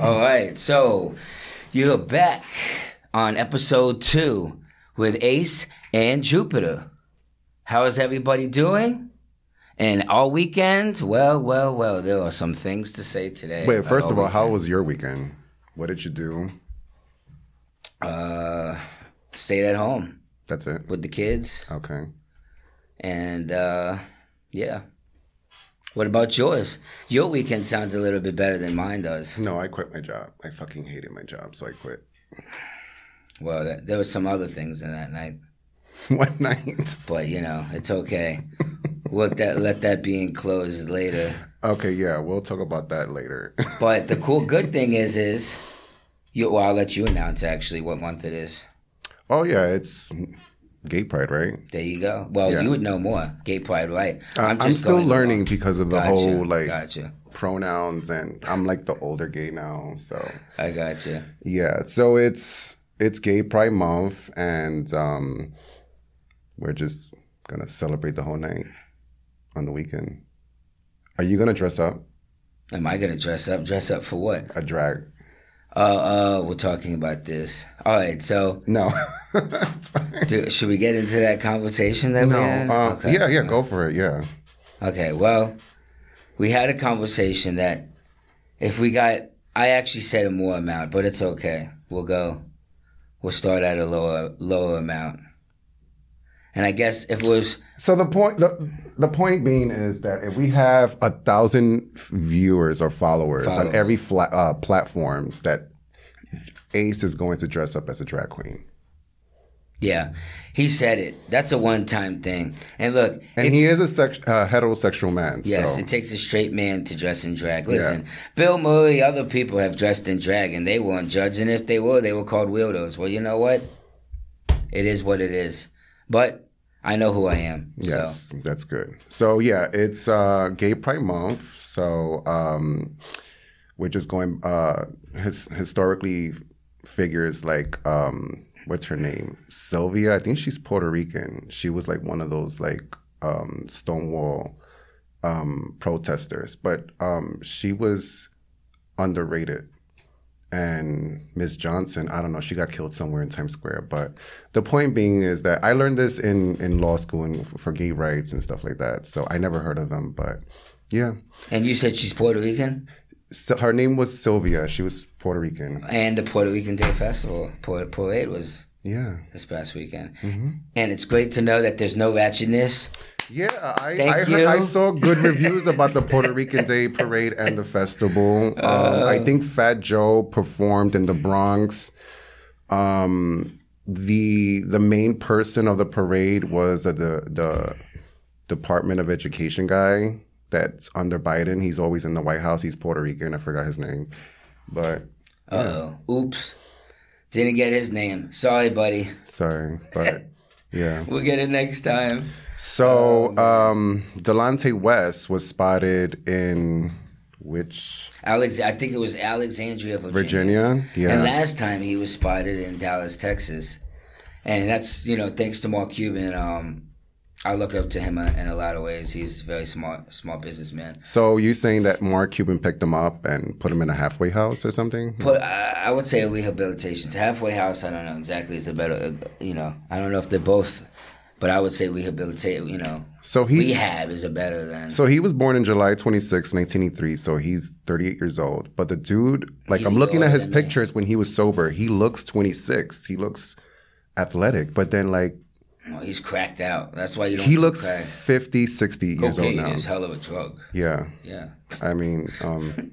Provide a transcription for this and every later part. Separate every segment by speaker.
Speaker 1: All right, so you're back on episode two with Ace and Jupiter. How is everybody doing? And our weekend? Well, well, well, there are some things to say today.
Speaker 2: Wait,
Speaker 1: about
Speaker 2: first
Speaker 1: our
Speaker 2: of all, how
Speaker 1: weekend.
Speaker 2: was your weekend? What did you do?
Speaker 1: Uh, stayed at home
Speaker 2: That's it.
Speaker 1: with the kids,
Speaker 2: Okay.
Speaker 1: and uh, yeah. What about yours? Your weekend sounds a little bit better than mine does.
Speaker 2: No, I quit my job. I fucking hated my job, so I quit.
Speaker 1: Well, th- there were some other things in that night.
Speaker 2: One night.
Speaker 1: but you know it's okay. Let that let that be enclosed later.
Speaker 2: Okay, yeah, we'll talk about that later.
Speaker 1: But the cool good thing is is you. Well, I'll let you announce actually what month it is.
Speaker 2: oh yeah, it's gay pride, right?
Speaker 1: There you go. Well,
Speaker 2: Yeah.
Speaker 1: you would know more. Gay pride, right?
Speaker 2: Uh, I'm, still
Speaker 1: going along.
Speaker 2: learning because of the
Speaker 1: Gotcha,
Speaker 2: whole like
Speaker 1: Gotcha.
Speaker 2: pronouns, and I'm like the older gay now, so.
Speaker 1: I gotcha.
Speaker 2: Yeah, so it's it's Gay Pride Month, and um, we're just gonna celebrate the whole night on the weekend. Are you gonna dress up
Speaker 1: Am I gonna dress up? Dress up for what?
Speaker 2: a drag?
Speaker 1: Uh, uh, we're talking about this. All right, so
Speaker 2: No, it's fine.
Speaker 1: do, should we get into that conversation that
Speaker 2: No,
Speaker 1: we had?
Speaker 2: uh,
Speaker 1: Okay.
Speaker 2: yeah, yeah, go for it. Yeah,
Speaker 1: Okay, well, we had a conversation that if we got, I actually said a more amount, but it's okay. We'll go. We'll start at a lower lower amount. And I guess if it was
Speaker 2: So the point the the point being is that if we have a thousand viewers or followers,
Speaker 1: Followers.
Speaker 2: on every fla- uh, platforms, that Ace is going to dress up as a drag queen,
Speaker 1: yeah, he said it. That's a one time thing. And look,
Speaker 2: and
Speaker 1: it's,
Speaker 2: he is a sex- uh, heterosexual man.
Speaker 1: yes,
Speaker 2: so.
Speaker 1: it takes a straight man to dress in drag. Listen, Bill Murray, other people have dressed in drag and they weren't judged, and if they were, they were called weirdos. Well, you know what? It is what it is. But I know who I am. So.
Speaker 2: Yes, that's good. So yeah, it's uh, Gay Pride Month. So um, we're just going uh, his, historically figures like um, what's her name, Sylvia. I think she's Puerto Rican. She was like one of those like um, Stonewall um, protesters, but um, she was underrated. And Miss Johnson, I don't know, she got killed somewhere in Times Square. But the point being is that I learned this in, in law school and f- for gay rights and stuff like that. So I never heard of them, but yeah.
Speaker 1: And you said she's Puerto Rican
Speaker 2: So her name was Sylvia. She was Puerto Rican.
Speaker 1: and the Puerto Rican Day Festival. Puerto Parade was
Speaker 2: Yeah,
Speaker 1: this past weekend.
Speaker 2: Mm-hmm.
Speaker 1: And it's great to know that there's no ratchetness.
Speaker 2: yeah. I
Speaker 1: Thank
Speaker 2: I,
Speaker 1: you.
Speaker 2: heard, I saw good reviews about the Puerto Rican Day Parade and the festival. Um, I
Speaker 1: Uh.
Speaker 2: think Fat Joe performed in the Bronx. Um, the the main person of the parade was uh, the the Department of Education guy that's under Biden. He's always in the White House. He's Puerto Rican. I forgot his name, but
Speaker 1: Uh oh. Oops. Didn't get his name. Sorry, buddy.
Speaker 2: sorry, but yeah.
Speaker 1: We'll get it next time.
Speaker 2: So um, Delonte West was spotted in which
Speaker 1: Alex, I think it was Alexandria, Virginia.
Speaker 2: Virginia?
Speaker 1: And
Speaker 2: Yeah,
Speaker 1: last time he was spotted in Dallas, Texas. And that's, you know, thanks to Mark Cuban. Um, I look up to him in a lot of ways. He's a very smart, smart businessman.
Speaker 2: so you saying that Mark Cuban picked him up and put him in a halfway house or something?
Speaker 1: But I, I would say rehabilitation. Halfway house, I don't know exactly. Is the better, uh, you know. I don't know if they're both, but I would say rehabilitate. You know,
Speaker 2: So he's
Speaker 1: rehab is a better than.
Speaker 2: so he was born in July 26, 1983. So he's 38 years old. But the dude, like
Speaker 1: He's
Speaker 2: I'm looking at
Speaker 1: older
Speaker 2: his
Speaker 1: than me.
Speaker 2: pictures when he was sober, he looks 26. He looks athletic, but then like
Speaker 1: Well, he's cracked out. That's why you don't.
Speaker 2: he
Speaker 1: do
Speaker 2: looks
Speaker 1: crack.
Speaker 2: 50, 60 years old
Speaker 1: Cocaine
Speaker 2: now.
Speaker 1: is hell of a drug.
Speaker 2: Yeah.
Speaker 1: Yeah.
Speaker 2: I mean, um,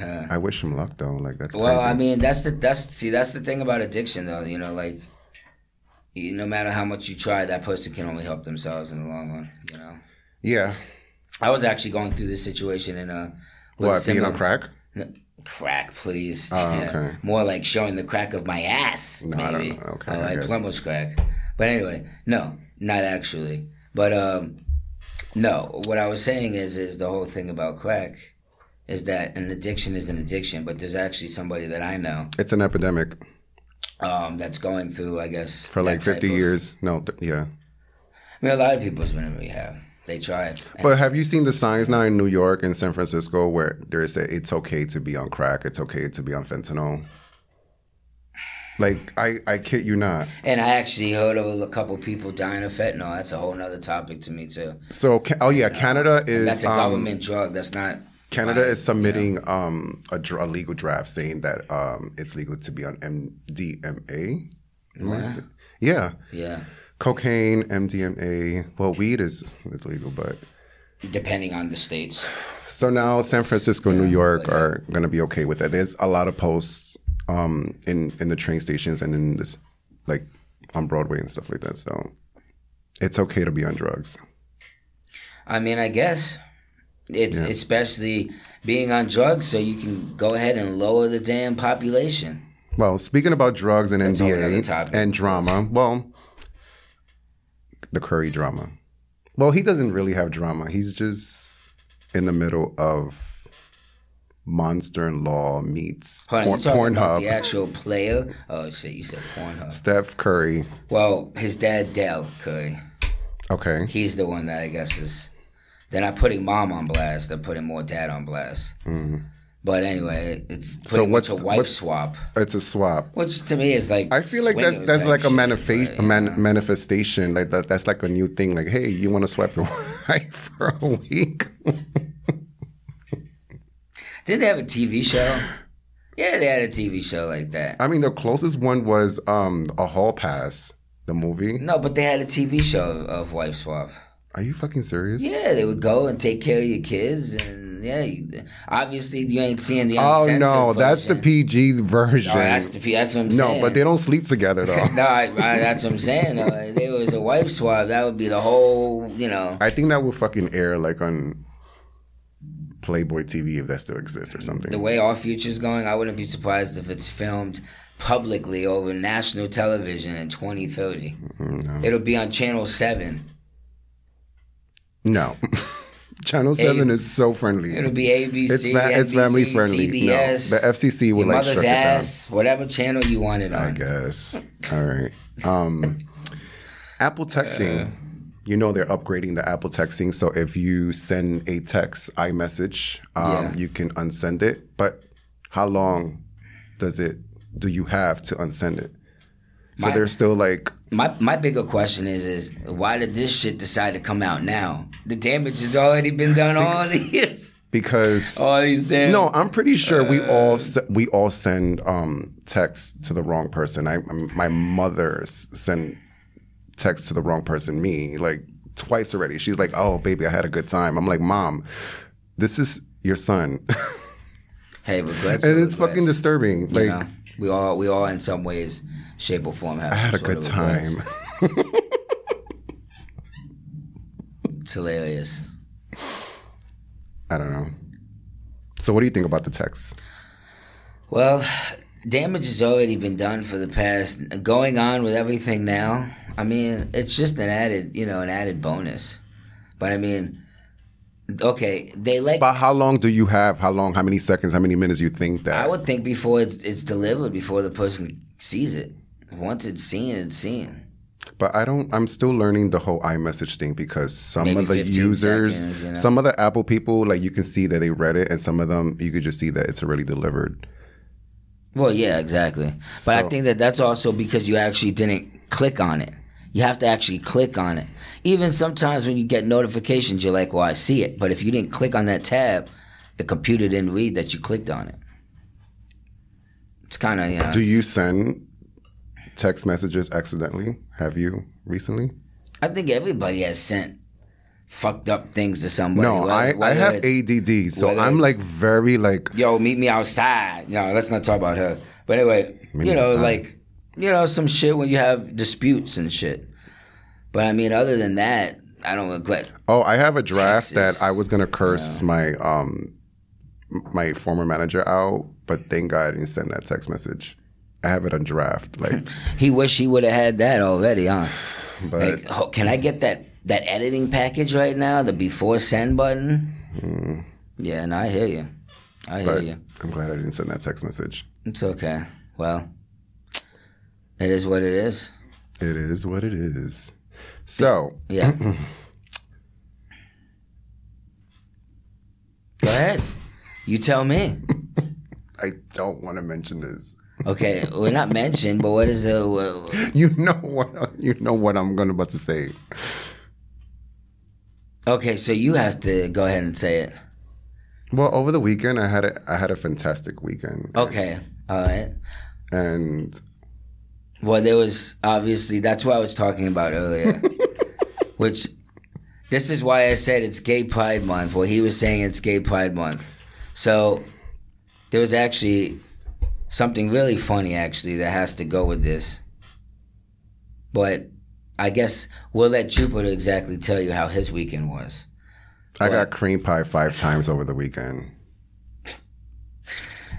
Speaker 2: I wish him luck though. Like that's
Speaker 1: Uh. Well,
Speaker 2: crazy.
Speaker 1: I mean, that's the that's see that's the thing about addiction though. You know, like, you, no matter how much you try, that person can only help themselves in the long run. You know,
Speaker 2: yeah.
Speaker 1: I was actually going through this situation in a. with a
Speaker 2: What being
Speaker 1: similar-
Speaker 2: on crack?
Speaker 1: Crack, please.
Speaker 2: Oh, okay.
Speaker 1: More like showing the crack of my ass,
Speaker 2: No, I don't
Speaker 1: maybe.
Speaker 2: know. Okay,
Speaker 1: Oh,
Speaker 2: I
Speaker 1: I
Speaker 2: guess.
Speaker 1: plumber's crack. But anyway, no, not actually. But um, no, what I was saying is, is the whole thing about crack is that an addiction is an addiction. But there's actually somebody that I know
Speaker 2: It's an epidemic
Speaker 1: um, that's going through, I guess,
Speaker 2: for like
Speaker 1: that type
Speaker 2: fifty
Speaker 1: of-
Speaker 2: years. No, th- yeah,
Speaker 1: I mean, a lot of people's been in rehab. They tried.
Speaker 2: But have you seen the signs now in New York and San Francisco where there is a, it's okay to be on crack, it's okay to be on fentanyl? Like I, I kid you not.
Speaker 1: And I actually heard of a couple people dying of fentanyl. That's a whole nother topic to me too.
Speaker 2: So ca- oh yeah, Canada is
Speaker 1: That's a
Speaker 2: um,
Speaker 1: government drug. That's not.
Speaker 2: Canada is submitting um, a, dr- a legal draft saying that um, it's legal to be on MDMA. Am I s- Yeah,
Speaker 1: Yeah.
Speaker 2: cocaine, MDMA. Well, weed is is legal, but
Speaker 1: Depending on the states.
Speaker 2: so now San Francisco, New York are going to be okay with that. There's a lot of posts um, in in the train stations and in this like on Broadway and stuff like that. So it's okay to be on drugs.
Speaker 1: I mean, I guess it's especially being on drugs, so you can go ahead and lower the damn population.
Speaker 2: Well, speaking about drugs and
Speaker 1: whole nother
Speaker 2: NBA
Speaker 1: topic.
Speaker 2: and drama, well, the Curry drama. Well, he doesn't really have drama. He's just in the middle of Monster in Law meets
Speaker 1: Hold on,
Speaker 2: Porn-
Speaker 1: you talking about the
Speaker 2: Pornhub.
Speaker 1: actual player? Oh shit, you said Pornhub.
Speaker 2: Steph Curry.
Speaker 1: Well, his dad Dell Curry.
Speaker 2: Okay.
Speaker 1: He's the one that I guess is. They're not putting mom on blast. They're putting more dad on blast. But anyway, it's pretty
Speaker 2: Mm-hmm. what's
Speaker 1: much
Speaker 2: the-
Speaker 1: a wife
Speaker 2: what's-
Speaker 1: swap,
Speaker 2: It's a swap.
Speaker 1: which to me is like
Speaker 2: I feel like that's
Speaker 1: swinger
Speaker 2: that's
Speaker 1: type
Speaker 2: like a,
Speaker 1: shit,
Speaker 2: manifa-
Speaker 1: right?
Speaker 2: a man- manifestation. Like that that's like a new thing. Like, hey, you want to swipe your wife for a week?
Speaker 1: Did they have a TV show? Yeah, they had a TV show like that.
Speaker 2: I mean, the closest one was um a hall pass, the movie.
Speaker 1: No, but they had a TV show of wife swap.
Speaker 2: Are you fucking serious?
Speaker 1: Yeah, they would go and take care of your kids, and yeah, you, obviously you ain't seeing the.
Speaker 2: Oh
Speaker 1: uncensored
Speaker 2: no, that's the
Speaker 1: version.
Speaker 2: PG version.
Speaker 1: Oh, that's the P. That's what I'm
Speaker 2: no,
Speaker 1: saying.
Speaker 2: but they don't sleep together though.
Speaker 1: No, I, I, that's what I'm saying. though. Like, there was a wife swap. That would be the whole, you know.
Speaker 2: I think that would fucking air like on Playboy TV if that still exists or
Speaker 1: The
Speaker 2: something.
Speaker 1: way our future's going, I wouldn't be surprised if it's filmed publicly over national television in 2030.
Speaker 2: Mm-hmm. Mm,
Speaker 1: It'll be on Channel 7.
Speaker 2: No, Channel Seven
Speaker 1: Hey,
Speaker 2: is so friendly.
Speaker 1: It'll be ABC,
Speaker 2: it's fa- it's family
Speaker 1: NBC,
Speaker 2: friendly.
Speaker 1: CBS,
Speaker 2: no, the FCC
Speaker 1: your
Speaker 2: would like
Speaker 1: mother's
Speaker 2: shut it
Speaker 1: ass, whatever channel you want it
Speaker 2: down. I
Speaker 1: on.
Speaker 2: guess. All right. Um, Apple texting. you know they're upgrading the Apple texting, so if you send a text iMessage, um,
Speaker 1: Yeah.
Speaker 2: you can unsend it. But how long does it do you have to unsend it? So
Speaker 1: My-
Speaker 2: they're still like,
Speaker 1: My my bigger question is is why did this shit decide to come out now? The damage has already been done all these
Speaker 2: because
Speaker 1: all these damn
Speaker 2: no, I'm pretty sure we
Speaker 1: uh,
Speaker 2: all se- we all send um, texts to the wrong person. I, I my mother s- sent texts to the wrong person. Me like twice already. She's like, "Oh, baby, I had a good time." I'm like, "Mom, this is your son."
Speaker 1: Hey, regrets.
Speaker 2: and
Speaker 1: are
Speaker 2: it's fucking
Speaker 1: regrets,
Speaker 2: disturbing. Like
Speaker 1: you know? we all we all in some ways, shape or form have.
Speaker 2: I had a good time.
Speaker 1: It's hilarious.
Speaker 2: I don't know. So what do you think about the text?
Speaker 1: Well, damage has already been done for the past. Going on with everything now, I mean, it's just an added, you know, an added bonus. But I mean, okay, they like.
Speaker 2: But how long do you have? How long? How many seconds? How many minutes you think that?
Speaker 1: I would think before it's it's delivered, before the person sees it. Once it's seen, it's seen.
Speaker 2: but I don't. I'm still learning the whole iMessage thing because some
Speaker 1: Maybe
Speaker 2: of the
Speaker 1: 15
Speaker 2: users,
Speaker 1: seconds, you know?
Speaker 2: some of the Apple people, like you can see that they read it, and some of them you could just see that it's already delivered.
Speaker 1: Well, yeah, exactly. But I
Speaker 2: So-
Speaker 1: think that that's also because you actually didn't click on it. You have to actually click on it. Even sometimes when you get notifications, you're like, "Well, I see it," but if you didn't click on that tab, the computer didn't read that you clicked on it. It's kind of you know.
Speaker 2: Do you send text messages accidentally? Have you recently?
Speaker 1: I think everybody has sent fucked up things to somebody.
Speaker 2: No,
Speaker 1: whether-
Speaker 2: I, I
Speaker 1: whether
Speaker 2: have
Speaker 1: it's-
Speaker 2: ADD, so
Speaker 1: whether
Speaker 2: I'm
Speaker 1: it's-
Speaker 2: like very like
Speaker 1: yo, meet me outside. No, let's not talk about her. But anyway,
Speaker 2: Meet
Speaker 1: you
Speaker 2: me
Speaker 1: know,
Speaker 2: outside.
Speaker 1: like, you know, some shit when you have disputes and shit. But I mean, other than that, I don't regret.
Speaker 2: Oh, I have a draft
Speaker 1: Taxes.
Speaker 2: that I was gonna curse my um m- my former manager out, but thank God I didn't send that text message. I have it on draft, like,
Speaker 1: He wish he would have had that already, huh?
Speaker 2: but
Speaker 1: Like, oh, can I get that that editing package right now? The before send button.
Speaker 2: Hmm.
Speaker 1: Yeah, and I hear you. I hear
Speaker 2: but
Speaker 1: you.
Speaker 2: I'm glad I didn't send that text message.
Speaker 1: It's okay. Well, it is what it is.
Speaker 2: It is what it is. So
Speaker 1: Yeah. ahead. You tell me.
Speaker 2: I don't want to mention this.
Speaker 1: Okay, we're not mentioned, but what is a what,
Speaker 2: You know what? You know what I'm going about to say.
Speaker 1: okay? So you have to go ahead and say it.
Speaker 2: Well, over the weekend, I had a I had a fantastic weekend,
Speaker 1: Okay, all right.
Speaker 2: and
Speaker 1: Well, there was obviously that's what I was talking about earlier, which this is why I said it's Gay Pride Month. Well, he was saying it's Gay Pride Month, so there was actually something really funny actually that has to go with this. But I guess we'll let Jupiter exactly tell you how his weekend was.
Speaker 2: I got cream pie five times over the weekend.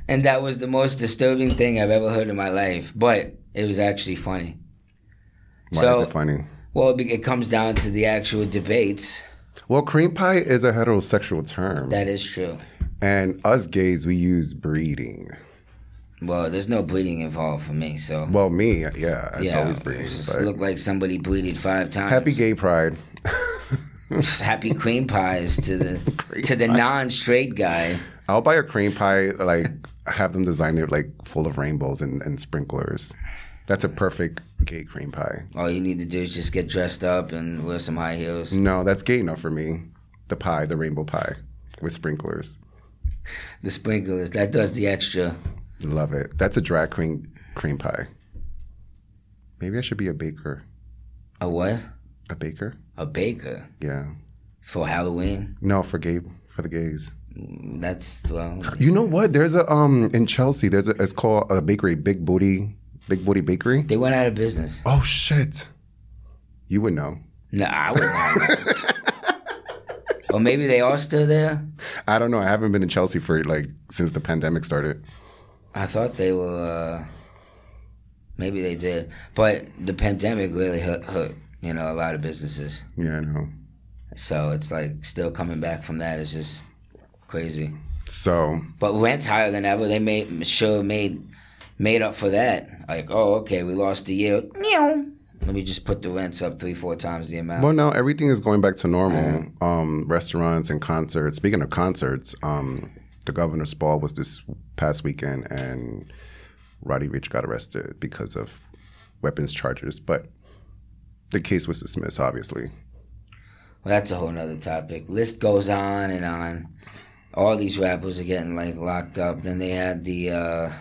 Speaker 1: And that was the most disturbing thing I've ever heard in my life. But it was actually funny.
Speaker 2: Why
Speaker 1: So-
Speaker 2: is it funny?
Speaker 1: Well, it be- it comes down to the actual debates.
Speaker 2: Well, cream pie is a heterosexual term,
Speaker 1: That is true.
Speaker 2: and us gays we use breeding.
Speaker 1: Well, there's no bleeding involved for me, so.
Speaker 2: Well, me, yeah, it's
Speaker 1: yeah,
Speaker 2: always breeding.
Speaker 1: it's just
Speaker 2: But
Speaker 1: look like somebody bleeded five times.
Speaker 2: happy Gay Pride.
Speaker 1: happy cream pies to the to the non-straight guy.
Speaker 2: I'll buy a cream pie, like have them design it like full of rainbows and, and sprinklers. That's a perfect gay cream pie.
Speaker 1: All you need to do is just get dressed up and wear some high heels.
Speaker 2: No, that's gay enough for me. The pie, the rainbow pie with sprinklers.
Speaker 1: The sprinklers that does the extra.
Speaker 2: Love it. That's a drag queen cream pie. Maybe I should be a baker.
Speaker 1: A what?
Speaker 2: A baker?
Speaker 1: A baker
Speaker 2: Yeah.
Speaker 1: for Halloween?
Speaker 2: No, for gay for the gays.
Speaker 1: That's well.
Speaker 2: You know what? There's a um in Chelsea. There's a it's called a bakery, Big Booty, Big Booty Bakery.
Speaker 1: They went out of business.
Speaker 2: Oh shit! You would know.
Speaker 1: No, I would not. or maybe they are still there.
Speaker 2: I don't know. I haven't been in Chelsea for like since the pandemic started.
Speaker 1: I thought they were. Uh, maybe they did, but the pandemic really hurt, hurt. You know, a lot of businesses.
Speaker 2: Yeah, I know.
Speaker 1: So it's like still coming back from that is just crazy.
Speaker 2: So
Speaker 1: But rent's higher than ever. They made sure made made up for that. Like, oh, okay, we lost a year. Meow. Let me just put the rents up three, four times the amount.
Speaker 2: well, now everything is going back to normal. Um, restaurants and concerts. Speaking of concerts, um, the governor's ball was this past weekend, and Roddy Rich got arrested because of weapons charges, but the case was dismissed, obviously.
Speaker 1: Well, that's a whole nother topic. List goes on and on. All these rappers are getting like locked up. Then they had the uh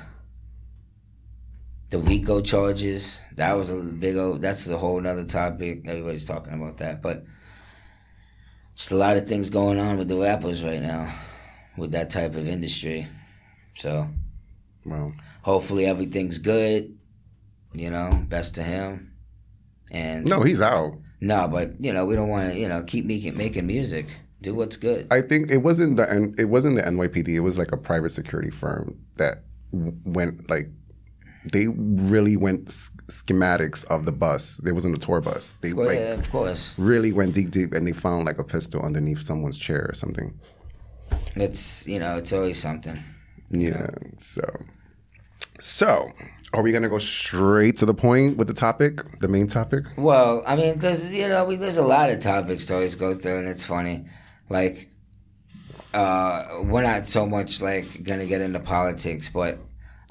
Speaker 1: the Rico charges. That was a big old. That's a whole nother topic. Everybody's talking about that, but just a lot of things going on with the rappers right now, with that type of industry. So
Speaker 2: Well,
Speaker 1: hopefully everything's good. You know, best to him. And
Speaker 2: no, he's out.
Speaker 1: no, but you know, we don't want to. You know, keep making making music. Do what's good.
Speaker 2: I think it wasn't the N- it wasn't the NYPD. It was like a private security firm that w- went like they really went s- schematics of the bus. There wasn't a tour bus. They
Speaker 1: Well,
Speaker 2: like
Speaker 1: yeah, of course.
Speaker 2: really went deep deep and they found like a pistol underneath someone's chair or something.
Speaker 1: It's you know, it's always something.
Speaker 2: Yeah. So so are we gonna go straight to the point with the topic, the main topic?
Speaker 1: Well, I mean, there's you know, we, there's a lot of topics to always go through, and it's funny. Like, uh, we're not so much like gonna get into politics, but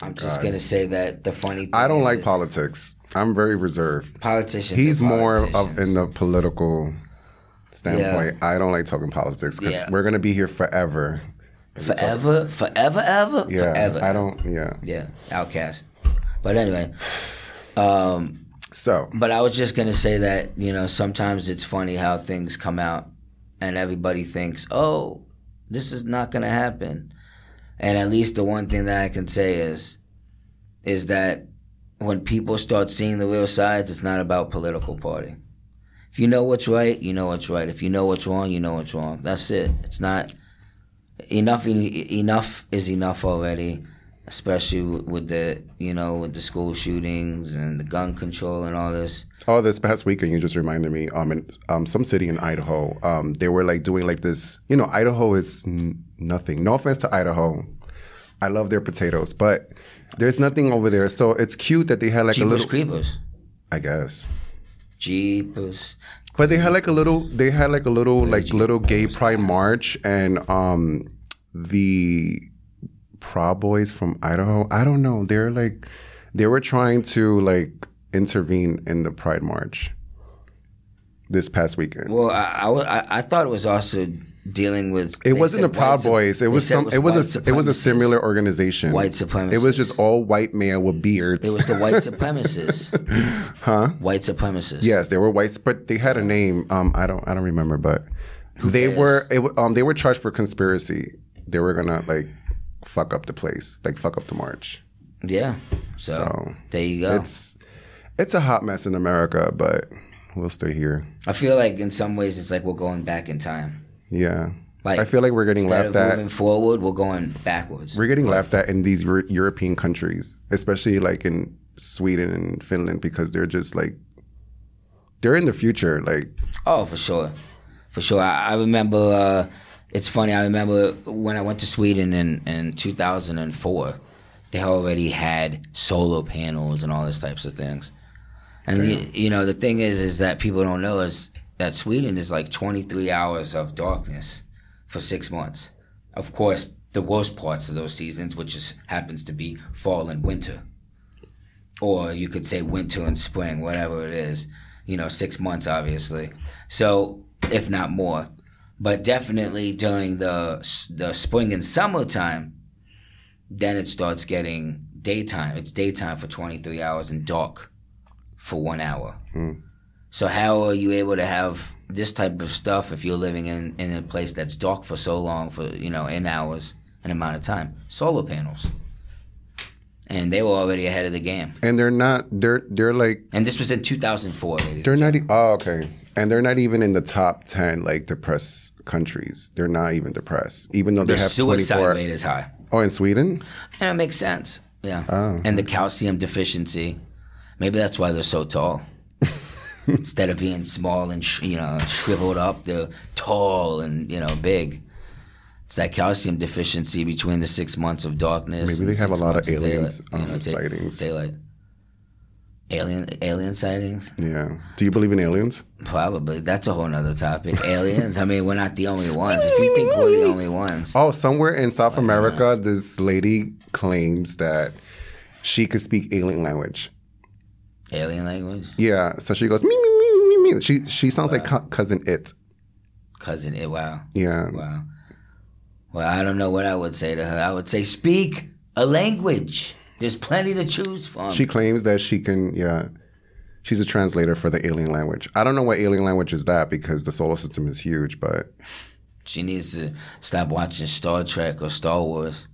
Speaker 1: I'm just gonna say that the funny. Thing
Speaker 2: I don't
Speaker 1: is-
Speaker 2: like
Speaker 1: is
Speaker 2: politics. I'm very reserved.
Speaker 1: politicians.
Speaker 2: He's
Speaker 1: are
Speaker 2: more of
Speaker 1: politicians.
Speaker 2: in the political standpoint. I don't like talking politics because
Speaker 1: Yeah.
Speaker 2: we're gonna be here forever.
Speaker 1: forever, forever, ever,
Speaker 2: Yeah,
Speaker 1: forever.
Speaker 2: I don't. Yeah.
Speaker 1: yeah, outcast. But anyway, um,
Speaker 2: So
Speaker 1: But I was just gonna say that you know sometimes it's funny how things come out, and everybody thinks, "Oh, this is not gonna happen." And at least the one thing that I can say is, is that when people start seeing the real sides, it's not about political party. If you know what's right, you know what's right. If you know what's wrong, you know what's wrong. That's it. It's not enough. en- Enough is enough already especially with with the you know with the school shootings and the gun control and all this.
Speaker 2: oh, this past weekend, you just reminded me. Um, in um, some city in Idaho, um, they were like doing like this. You know, Idaho is n- nothing. No offense to Idaho. I love their potatoes, but there's nothing over there. So it's cute that they had like a
Speaker 1: Jeepers
Speaker 2: little.
Speaker 1: creepers,
Speaker 2: I guess.
Speaker 1: jeepers.
Speaker 2: But they had like a little, they had like a little, like little gay pride march, and um, the Proud Boys from Idaho. I don't know. They're like they were trying to like intervene in the Pride March this past weekend.
Speaker 1: Well, I, I wa- I, I thought it was also dealing with.
Speaker 2: It
Speaker 1: they
Speaker 2: wasn't the
Speaker 1: said
Speaker 2: Proud
Speaker 1: white sup-
Speaker 2: Boys. It
Speaker 1: they
Speaker 2: was
Speaker 1: said
Speaker 2: some. It was,
Speaker 1: white
Speaker 2: a. It was a
Speaker 1: supremacists.
Speaker 2: similar organization.
Speaker 1: White supremacists.
Speaker 2: It was just all white male with beards.
Speaker 1: It was the white supremacists. huh? White supremacists.
Speaker 2: Yes, they were whites, but they had a name. Um, I don't, I don't remember, but they were, it, wa- um, they were charged for conspiracy. They were gonna like fuck up the place, like fuck up the march.
Speaker 1: Yeah. So, oh.
Speaker 2: So
Speaker 1: there you go.
Speaker 2: it's, it's a hot mess in America, but we'll stay here.
Speaker 1: I feel like in some ways it's like we're going back in time.
Speaker 2: Yeah,
Speaker 1: Like,
Speaker 2: I feel like we're getting
Speaker 1: Instead
Speaker 2: laughed
Speaker 1: of
Speaker 2: at.
Speaker 1: moving forward, we're going backwards.
Speaker 2: We're getting laughed at in these Euro- European countries, especially like in Sweden and Finland, because they're just like they're in the future. Like
Speaker 1: Oh, for sure, for sure. I, I remember. Uh, it's funny. I remember when I went to Sweden in in 2004. They already had solar panels and all these types of things. And you, you know, the thing is, is that people don't know is that Sweden is like 23 hours of darkness for six months. Of course, the worst parts of those seasons, which is, happens to be fall and winter, or you could say winter and spring, whatever it is. You know, six months, obviously. So, if not more, but definitely during the s- the spring and summertime, then it starts getting daytime. It's daytime for 23 hours and dark for one hour. So how are you able to have this type of stuff if you're living in, in a place that's dark for so long for you know in hours an amount of time? Solar panels, and they were already ahead of the game.
Speaker 2: and they're not they're they're like
Speaker 1: And this was in 2004, ladies.
Speaker 2: They're not. E- oh, okay. And they're not even in the top ten like depressed countries. They're not even depressed, even though they
Speaker 1: The
Speaker 2: have twenty
Speaker 1: suicide
Speaker 2: four.
Speaker 1: rate is high,
Speaker 2: Oh, in Sweden.
Speaker 1: and it makes sense. Yeah,
Speaker 2: Oh.
Speaker 1: and the calcium deficiency. Maybe that's why they're so tall. Instead of being small and sh- you know shriveled up, they're tall and you know big. It's that calcium deficiency between the six months of darkness.
Speaker 2: Maybe
Speaker 1: and
Speaker 2: they have
Speaker 1: six
Speaker 2: a lot of
Speaker 1: months daylight-
Speaker 2: aliens, um,
Speaker 1: day-
Speaker 2: sightings.
Speaker 1: Daylight. Alien alien sightings?
Speaker 2: Yeah. Do you believe in aliens?
Speaker 1: Probably. That's a whole nother topic. Aliens. I mean, we're not the only ones. If you think we're the only ones,
Speaker 2: Oh, somewhere in South America, this lady claims that she could speak alien language.
Speaker 1: alien language,
Speaker 2: Yeah. So she goes me me me me me. She she sounds like cou- cousin it.
Speaker 1: cousin. It wow,
Speaker 2: Yeah.
Speaker 1: wow. Well, I don't know what I would say to her. I would say, speak a language. There's plenty to choose from.
Speaker 2: She claims that she can. Yeah. She's a translator for the alien language. I don't know what alien language is that because the solar system is huge, but
Speaker 1: she needs to stop watching Star Trek or Star Wars.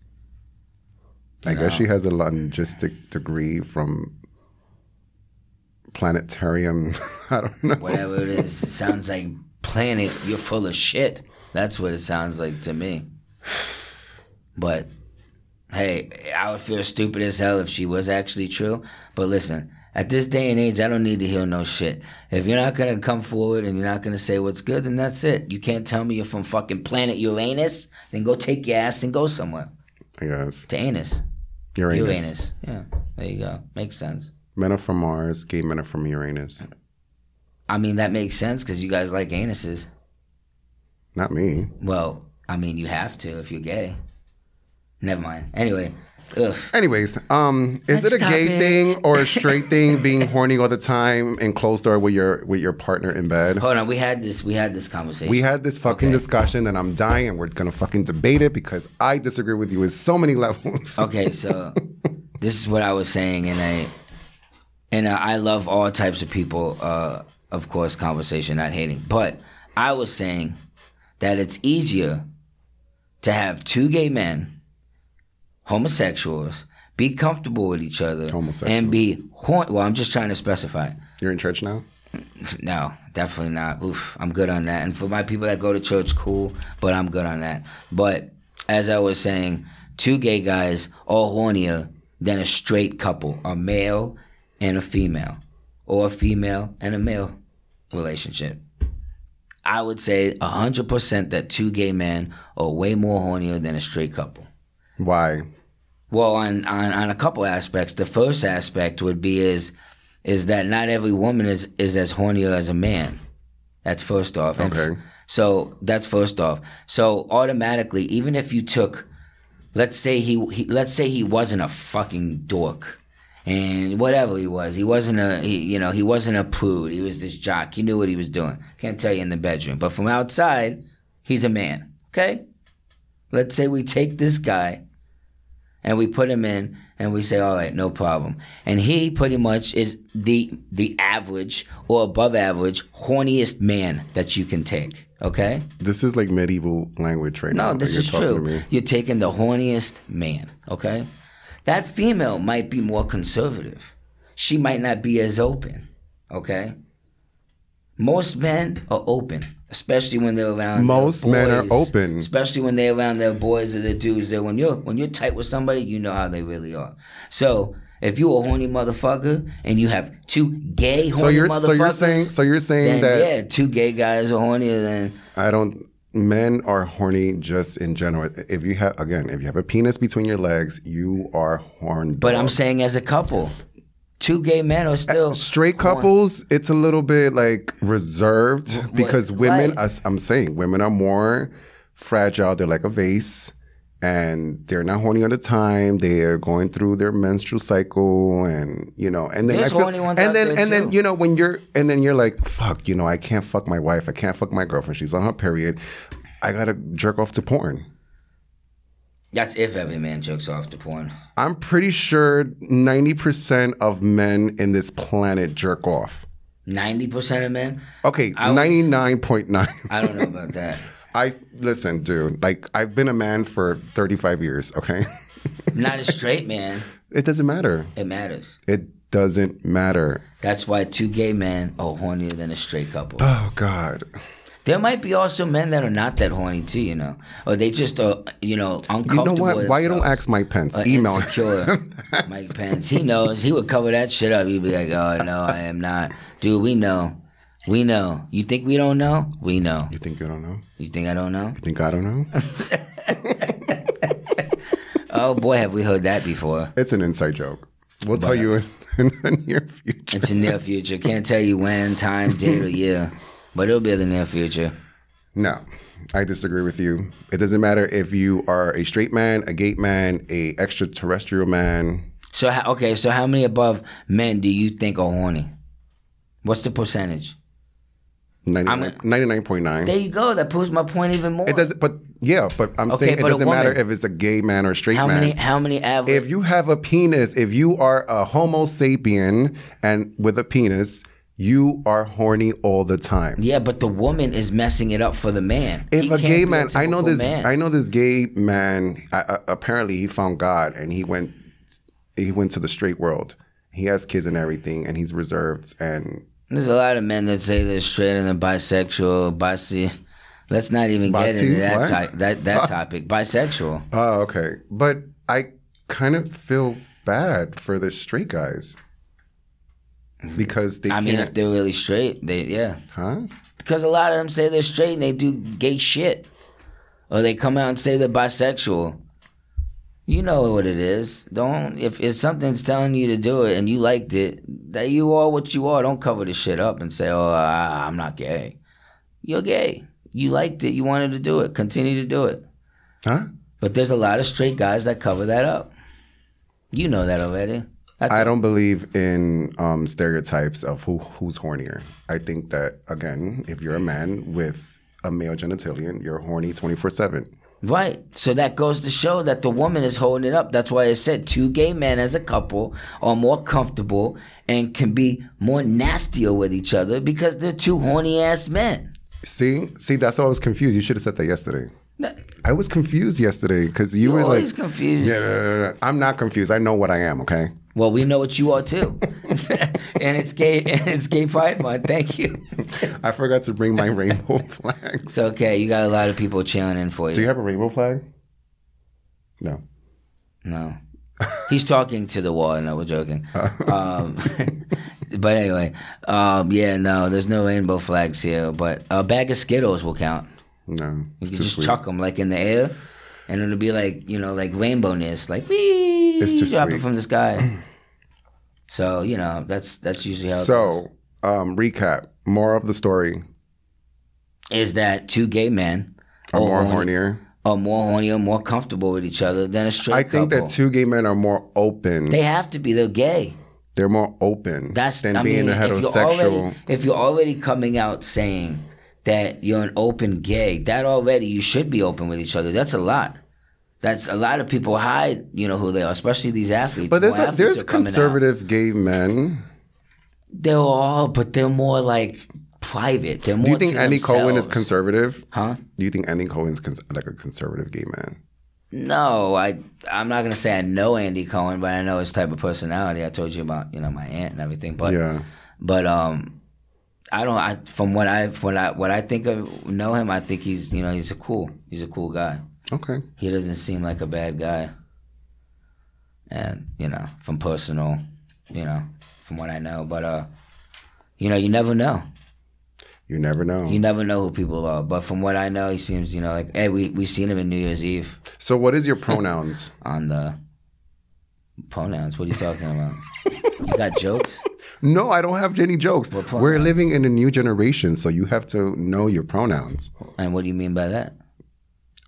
Speaker 2: I guess she has a linguistic degree from planetarium. I don't know.
Speaker 1: whatever it is. It sounds like planet. You're full of shit. That's what it sounds like to me. But hey, I would feel stupid as hell if she was actually true. But listen, at this day and age, I don't need to hear no shit. If you're not gonna come forward and you're not gonna say what's good, then that's it. You can't tell me you're from fucking planet Uranus. Then go take your ass and go somewhere
Speaker 2: I guess.
Speaker 1: to anus.
Speaker 2: Uranus.
Speaker 1: Uranus. Yeah, there you go. Makes sense.
Speaker 2: Men are from Mars, gay men are from Uranus.
Speaker 1: I mean, that makes sense because you guys like anuses.
Speaker 2: Not me.
Speaker 1: Well, I mean, you have to if you're gay. Never mind. Anyway, ugh.
Speaker 2: Anyways, um, is
Speaker 1: Next
Speaker 2: it a gay
Speaker 1: topic.
Speaker 2: thing or a straight thing being horny all the time and closed door with your with your partner in bed?
Speaker 1: Hold on. We had this. We had this conversation.
Speaker 2: We had this fucking discussion and I'm dying and we're gonna fucking debate it because I disagree with you in so many levels.
Speaker 1: okay, so this is what I was saying, and I and I I love all types of people. Uh, of course, conversation, not hating, but I was saying that it's easier to have two gay men, homosexuals, be comfortable with each other, and be horny. Well, I'm just trying to specify.
Speaker 2: You're in church now?
Speaker 1: No, definitely not. Oof, I'm good on that. And for my people that go to church, cool, but I'm good on that. But as I was saying, two gay guys are hornier than a straight couple, a male and a female, or a female and a male relationship. I would say 100% that two gay men are way more hornier than a straight couple.
Speaker 2: Why?
Speaker 1: Well, on, on, on a couple aspects. The first aspect would be is is that not every woman is, is as horny as a man. That's first off. And
Speaker 2: Okay.
Speaker 1: so that's first off. So automatically, even if you took, let's say he, he let's say he wasn't a fucking dork, and whatever he was, he wasn't a he, you know he wasn't a prude. He was this jock. He knew what he was doing. Can't tell you in the bedroom, but from outside, he's a man. Okay. Let's say we take this guy and we put him in and we say all right no problem and he pretty much is the the average or above average horniest man that you can take okay
Speaker 2: This is like medieval language right
Speaker 1: no
Speaker 2: now. that
Speaker 1: this
Speaker 2: you're
Speaker 1: is
Speaker 2: talking to
Speaker 1: true
Speaker 2: me.
Speaker 1: you're taking the horniest man okay that female might be more conservative she might not be as open okay most men are open especially when they're around their
Speaker 2: Most men are
Speaker 1: boys.
Speaker 2: open.
Speaker 1: especially when they're around their boys or their dudes. That when you're when you're tight with somebody, you know how they really are. So if you a horny motherfucker and you have two gay horny
Speaker 2: So you're
Speaker 1: motherfuckers,
Speaker 2: so you're saying so you're saying
Speaker 1: then
Speaker 2: that
Speaker 1: yeah, two gay guys are hornier than
Speaker 2: I don't. Men are horny just in general. If you have again, if you have a penis between your legs, you are horny.
Speaker 1: But I'm saying as a couple, two gay men are still
Speaker 2: straight couples, it's a little bit like reserved because women.
Speaker 1: right.
Speaker 2: as I'm saying women are more fragile. They're like a vase, and they're not horny all the time. They are going through their menstrual cycle, and you know, and then
Speaker 1: There's
Speaker 2: I feel,
Speaker 1: horny ones
Speaker 2: and
Speaker 1: out
Speaker 2: then
Speaker 1: there,
Speaker 2: and then
Speaker 1: too.
Speaker 2: you know when you're and then you're like fuck, you know, I can't fuck my wife. I can't fuck my girlfriend. She's on her period. I gotta jerk off to porn.
Speaker 1: That's if every man jerks off to porn.
Speaker 2: I'm pretty sure 90% of men in this planet jerk off.
Speaker 1: Ninety percent of men.
Speaker 2: Okay, 99.9.
Speaker 1: I don't know about that.
Speaker 2: I listen, dude. Like I've been a man for 35 years, okay?
Speaker 1: Not a straight man.
Speaker 2: It doesn't matter.
Speaker 1: It matters.
Speaker 2: It doesn't matter.
Speaker 1: That's why two gay men are hornier than a straight couple.
Speaker 2: Oh god.
Speaker 1: There might be also men that are not that horny too, you know, or they just are, you know,
Speaker 2: You
Speaker 1: uncomfortable.
Speaker 2: know what? Why you don't
Speaker 1: themselves.
Speaker 2: ask Mike Pence?
Speaker 1: Or
Speaker 2: Email.
Speaker 1: insecure. Mike Pence. He knows. He would cover that shit up. He'd be like, "Oh no, I am not, dude. We know, we know. You think we don't know? We know.
Speaker 2: You think you don't know? You
Speaker 1: You think I don't know?
Speaker 2: think I don't know?
Speaker 1: Oh boy, have we heard that before?
Speaker 2: It's an inside joke. We'll tell you in, in the near future.
Speaker 1: It's in near future. Can't tell you when, time, date, or year, but it'll be in the near future.
Speaker 2: No, I disagree with you. It doesn't matter if you are a straight man, a gay man, a extraterrestrial man.
Speaker 1: So how- okay, so how many above men do you think are horny? What's the percentage?
Speaker 2: 99, 99.9.
Speaker 1: There you go. That proves my point even more.
Speaker 2: it doesn't. But yeah, but I'm
Speaker 1: Okay,
Speaker 2: saying it
Speaker 1: but a
Speaker 2: doesn't matter
Speaker 1: woman-
Speaker 2: if it's a gay man or a straight
Speaker 1: How
Speaker 2: man.
Speaker 1: many? How many average?
Speaker 2: if you have a penis, if you are a Homo sapien and with a penis, you are horny all the time.
Speaker 1: yeah, but the woman is messing it up for the man.
Speaker 2: If
Speaker 1: He
Speaker 2: a
Speaker 1: can't
Speaker 2: gay
Speaker 1: be
Speaker 2: man, I know
Speaker 1: typical
Speaker 2: this.
Speaker 1: man.
Speaker 2: I know this gay man. I, uh, apparently, he found God and he went. He went to the straight world. He has kids and everything, and he's reserved. And
Speaker 1: There's a lot of men that say they're straight and they're bisexual, bisi. Let's not even get
Speaker 2: Basi?
Speaker 1: into that
Speaker 2: What?
Speaker 1: ti- that that topic. Bisexual.
Speaker 2: oh, okay. But I kind of feel bad for the straight guys because they
Speaker 1: I
Speaker 2: can't.
Speaker 1: mean, if they're really straight, they yeah.
Speaker 2: huh?
Speaker 1: Because a lot of them say they're straight and they do gay shit, or they come out and say they're bisexual. You know what it is. Don't if if something's telling you to do it and you liked it, that you are what you are. Don't cover the shit up and say, "Oh, I, I'm not gay." You're gay. You liked it. You wanted to do it. Continue to do it.
Speaker 2: Huh?
Speaker 1: But there's a lot of straight guys that cover that up. You know that already. That's
Speaker 2: I don't believe in um, stereotypes of who who's hornier. I think that again, if you're a man with a male genitalian, you're horny twenty four seven.
Speaker 1: Right. So that goes to show that the woman is holding it up. That's why I said two gay men as a couple are more comfortable and can be more nastier with each other because they're two horny ass men.
Speaker 2: See, see, that's why I was confused. You should have said that yesterday.
Speaker 1: No,
Speaker 2: I was confused yesterday because you
Speaker 1: You're
Speaker 2: were
Speaker 1: always
Speaker 2: like,
Speaker 1: confused.
Speaker 2: Yeah, no, no, no, no. I'm not confused. I know what I am. Okay.
Speaker 1: Well, we know what you are too. and it's gay and it's gay pride month. Thank you.
Speaker 2: I forgot to bring my rainbow flag.
Speaker 1: It's okay. You got a lot of people cheering in for you.
Speaker 2: Do you have a rainbow flag? No.
Speaker 1: No. He's talking to the wall. No, we're joking. Um, but anyway, um, yeah, no, there's no rainbow flags here, but a bag of Skittles will count.
Speaker 2: No. It's
Speaker 1: You
Speaker 2: too
Speaker 1: just
Speaker 2: sweet.
Speaker 1: chuck them like in the air, and it'll be like you know, like rainbowness, like wee,
Speaker 2: It's too
Speaker 1: drop
Speaker 2: sweet.
Speaker 1: it from the sky. so you know, that's that's usually how.
Speaker 2: So, um, recap. More of the story.
Speaker 1: is that two gay men
Speaker 2: Are more
Speaker 1: horny-
Speaker 2: hornier.
Speaker 1: are more horny or more comfortable with each other than a straight
Speaker 2: I think
Speaker 1: couple.
Speaker 2: that two gay men are more open.
Speaker 1: They have to be. They're gay.
Speaker 2: They, are more open
Speaker 1: That's
Speaker 2: than
Speaker 1: I
Speaker 2: being
Speaker 1: mean,
Speaker 2: a
Speaker 1: if you're
Speaker 2: heterosexual.
Speaker 1: already- If you're already coming out saying that you're an open gay, that already you should be open with each other. That's a lot. That's a lot of people hide, you know, who they are, especially these athletes.
Speaker 2: but there's
Speaker 1: More
Speaker 2: a,
Speaker 1: athletes
Speaker 2: there's
Speaker 1: are coming out.
Speaker 2: conservative gay men.
Speaker 1: They're all, but they're more like private. They're more.
Speaker 2: Do you think
Speaker 1: to
Speaker 2: Annie Cohen is
Speaker 1: themselves.
Speaker 2: conservative?
Speaker 1: Huh?
Speaker 2: Do you think Andy Cohen's cons- like a conservative gay man?
Speaker 1: No, I I'm not gonna say I know Andy Cohen, but I know his type of personality. I told you about you know my aunt and everything, but
Speaker 2: yeah,
Speaker 1: but um, I don't. I from what I what I what I think of know him, I think he's you know he's a cool he's a cool guy.
Speaker 2: okay.
Speaker 1: He doesn't seem like a bad guy, and you know from personal, you know from what I know, but uh, you know you never know.
Speaker 2: You never know.
Speaker 1: You never know who people are, but from what I know, he seems you know like hey we we've seen him in New Year's Eve.
Speaker 2: so, what is your pronouns?
Speaker 1: on the pronouns. What are you talking about? you got jokes?
Speaker 2: no, I don't have any jokes.
Speaker 1: pronouns?
Speaker 2: We're living in a new generation, so you have to know your pronouns.
Speaker 1: And what do you mean by that?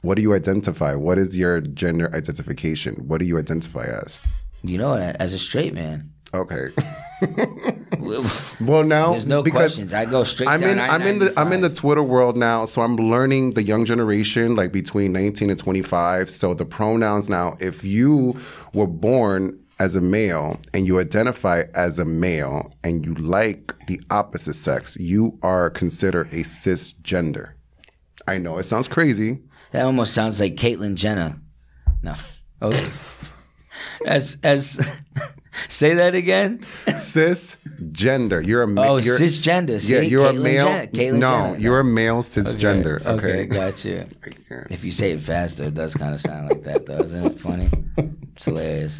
Speaker 2: What do you identify? What is your gender identification? What do you identify as?
Speaker 1: You know, as a straight man,
Speaker 2: Okay.
Speaker 1: there's
Speaker 2: Well, now
Speaker 1: no
Speaker 2: because
Speaker 1: questions. I go straight.
Speaker 2: I'm
Speaker 1: down
Speaker 2: in I'm in the I'm in the Twitter world now, so I'm learning the young generation, like between 19 and 25. So the pronouns now, if you were born as a male and you identify as a male and you like the opposite sex, you are considered a cisgender. I know it sounds crazy.
Speaker 1: That almost sounds like Caitlyn Jenner. No. Okay. as as say that again.
Speaker 2: cisgender. You're a male.
Speaker 1: Oh, cisgender. See?
Speaker 2: yeah, you're a
Speaker 1: Caitlyn
Speaker 2: male.
Speaker 1: Jenner. Caitlyn
Speaker 2: no,
Speaker 1: Jenner.
Speaker 2: you're a male cisgender.
Speaker 1: Okay,
Speaker 2: Okay.
Speaker 1: got you. If you say it faster, it does kind of sound like that, though. Isn't it funny? It's hilarious.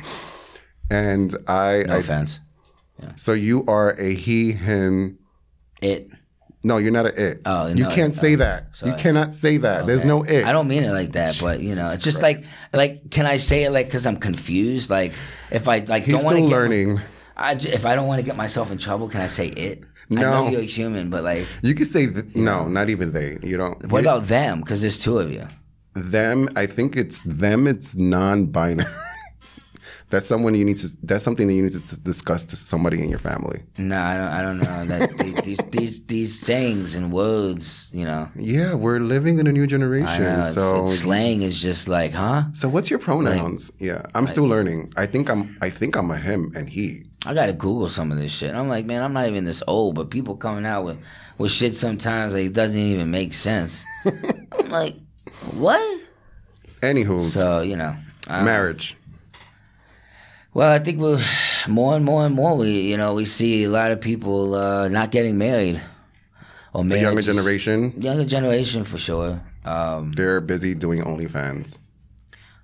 Speaker 2: And I,
Speaker 1: No
Speaker 2: I
Speaker 1: offense.
Speaker 2: So you are a he, him.
Speaker 1: It.
Speaker 2: No, you're not a it.
Speaker 1: Oh,
Speaker 2: you
Speaker 1: no,
Speaker 2: can't
Speaker 1: no,
Speaker 2: say that. You cannot say that. There's no it.
Speaker 1: I don't mean it like that, but you know, it's just like like can I say it like because I'm confused? Like if I like
Speaker 2: He's
Speaker 1: don't want
Speaker 2: still
Speaker 1: to
Speaker 2: learning.
Speaker 1: I j- if I don't want to get myself in trouble, can I say it? I
Speaker 2: No.
Speaker 1: know you're human, but like,
Speaker 2: You could say th- no, not even they. You don't.
Speaker 1: what
Speaker 2: you-
Speaker 1: about them? Because there's two of you.
Speaker 2: them? I think it's them. It's non-binary. that's someone you need to. That's something that you need to, to discuss to somebody in your family.
Speaker 1: No, I don't. I don't know that the- these these these sayings and words. You know,
Speaker 2: Yeah, we're living in a new
Speaker 1: I
Speaker 2: generation.
Speaker 1: know it's-
Speaker 2: so
Speaker 1: it's slang is just like, huh?
Speaker 2: So what's your pronouns? yeah, I'm still learning. I think I'm I think I'm a him and he.
Speaker 1: I gotta Google some of this shit. I'm like, man, I'm not even this old, but people coming out with, with shit sometimes like it doesn't even make sense. I'm like, what?
Speaker 2: Anywho's
Speaker 1: So uh, you know, I-
Speaker 2: marriage.
Speaker 1: well, I think we're more and more and more. We you know we see a lot of people uh, not getting married, or
Speaker 2: The
Speaker 1: marriage
Speaker 2: younger
Speaker 1: is-
Speaker 2: generation,
Speaker 1: younger generation for sure. Um,
Speaker 2: they're busy doing OnlyFans.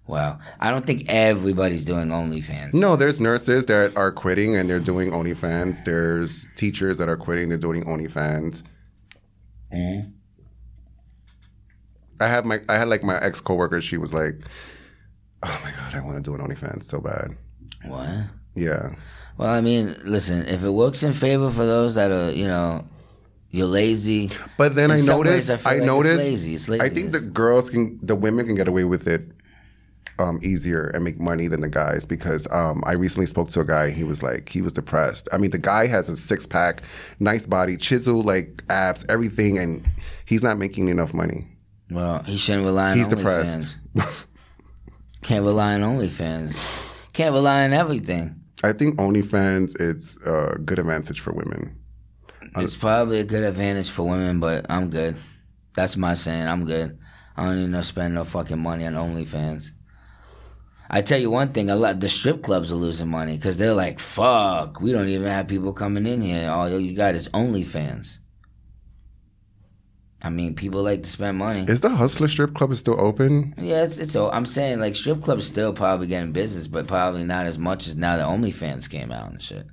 Speaker 1: wow, I don't think everybody's doing OnlyFans.
Speaker 2: No, there's nurses that are quitting and they're doing OnlyFans. There's teachers that are quitting, they're doing OnlyFans.
Speaker 1: Mhm.
Speaker 2: Mm-hmm. I have my I had like my ex coworker, she was like, Oh my god, I want to do an OnlyFans so bad.
Speaker 1: What?
Speaker 2: Yeah.
Speaker 1: Well, I mean, listen, if it works in favor for those that are you know, you're lazy.
Speaker 2: But then
Speaker 1: In
Speaker 2: I
Speaker 1: some ways,
Speaker 2: noticed.
Speaker 1: I feel
Speaker 2: I,
Speaker 1: like it's
Speaker 2: noticed.
Speaker 1: lazy. It's
Speaker 2: I think the
Speaker 1: laziness.
Speaker 2: girls can, the women can get away with it um, easier and make money than the guys because um, I recently spoke to a guy. He was like, he was depressed. I mean, the guy has a six pack, nice body, chisel, like abs, everything, and he's not making enough money.
Speaker 1: Well, he shouldn't rely on
Speaker 2: He's
Speaker 1: OnlyFans.
Speaker 2: depressed.
Speaker 1: Can't rely on OnlyFans. Can't rely on everything.
Speaker 2: I think OnlyFans it's a good advantage for women.
Speaker 1: It's probably a good advantage for women, but I'm good. That's my saying. I'm good. I don't need to spend no fucking money on OnlyFans. I tell you one thing: a lot the strip clubs are losing money because they're like, "Fuck, we don't even have people coming in here. All you got is OnlyFans." I mean, people like to spend money.
Speaker 2: Is the Hustler Strip Club still open?
Speaker 1: Yeah, it's it's. all- I'm saying like strip clubs still probably getting business, but probably not as much as now that OnlyFans came out and shit.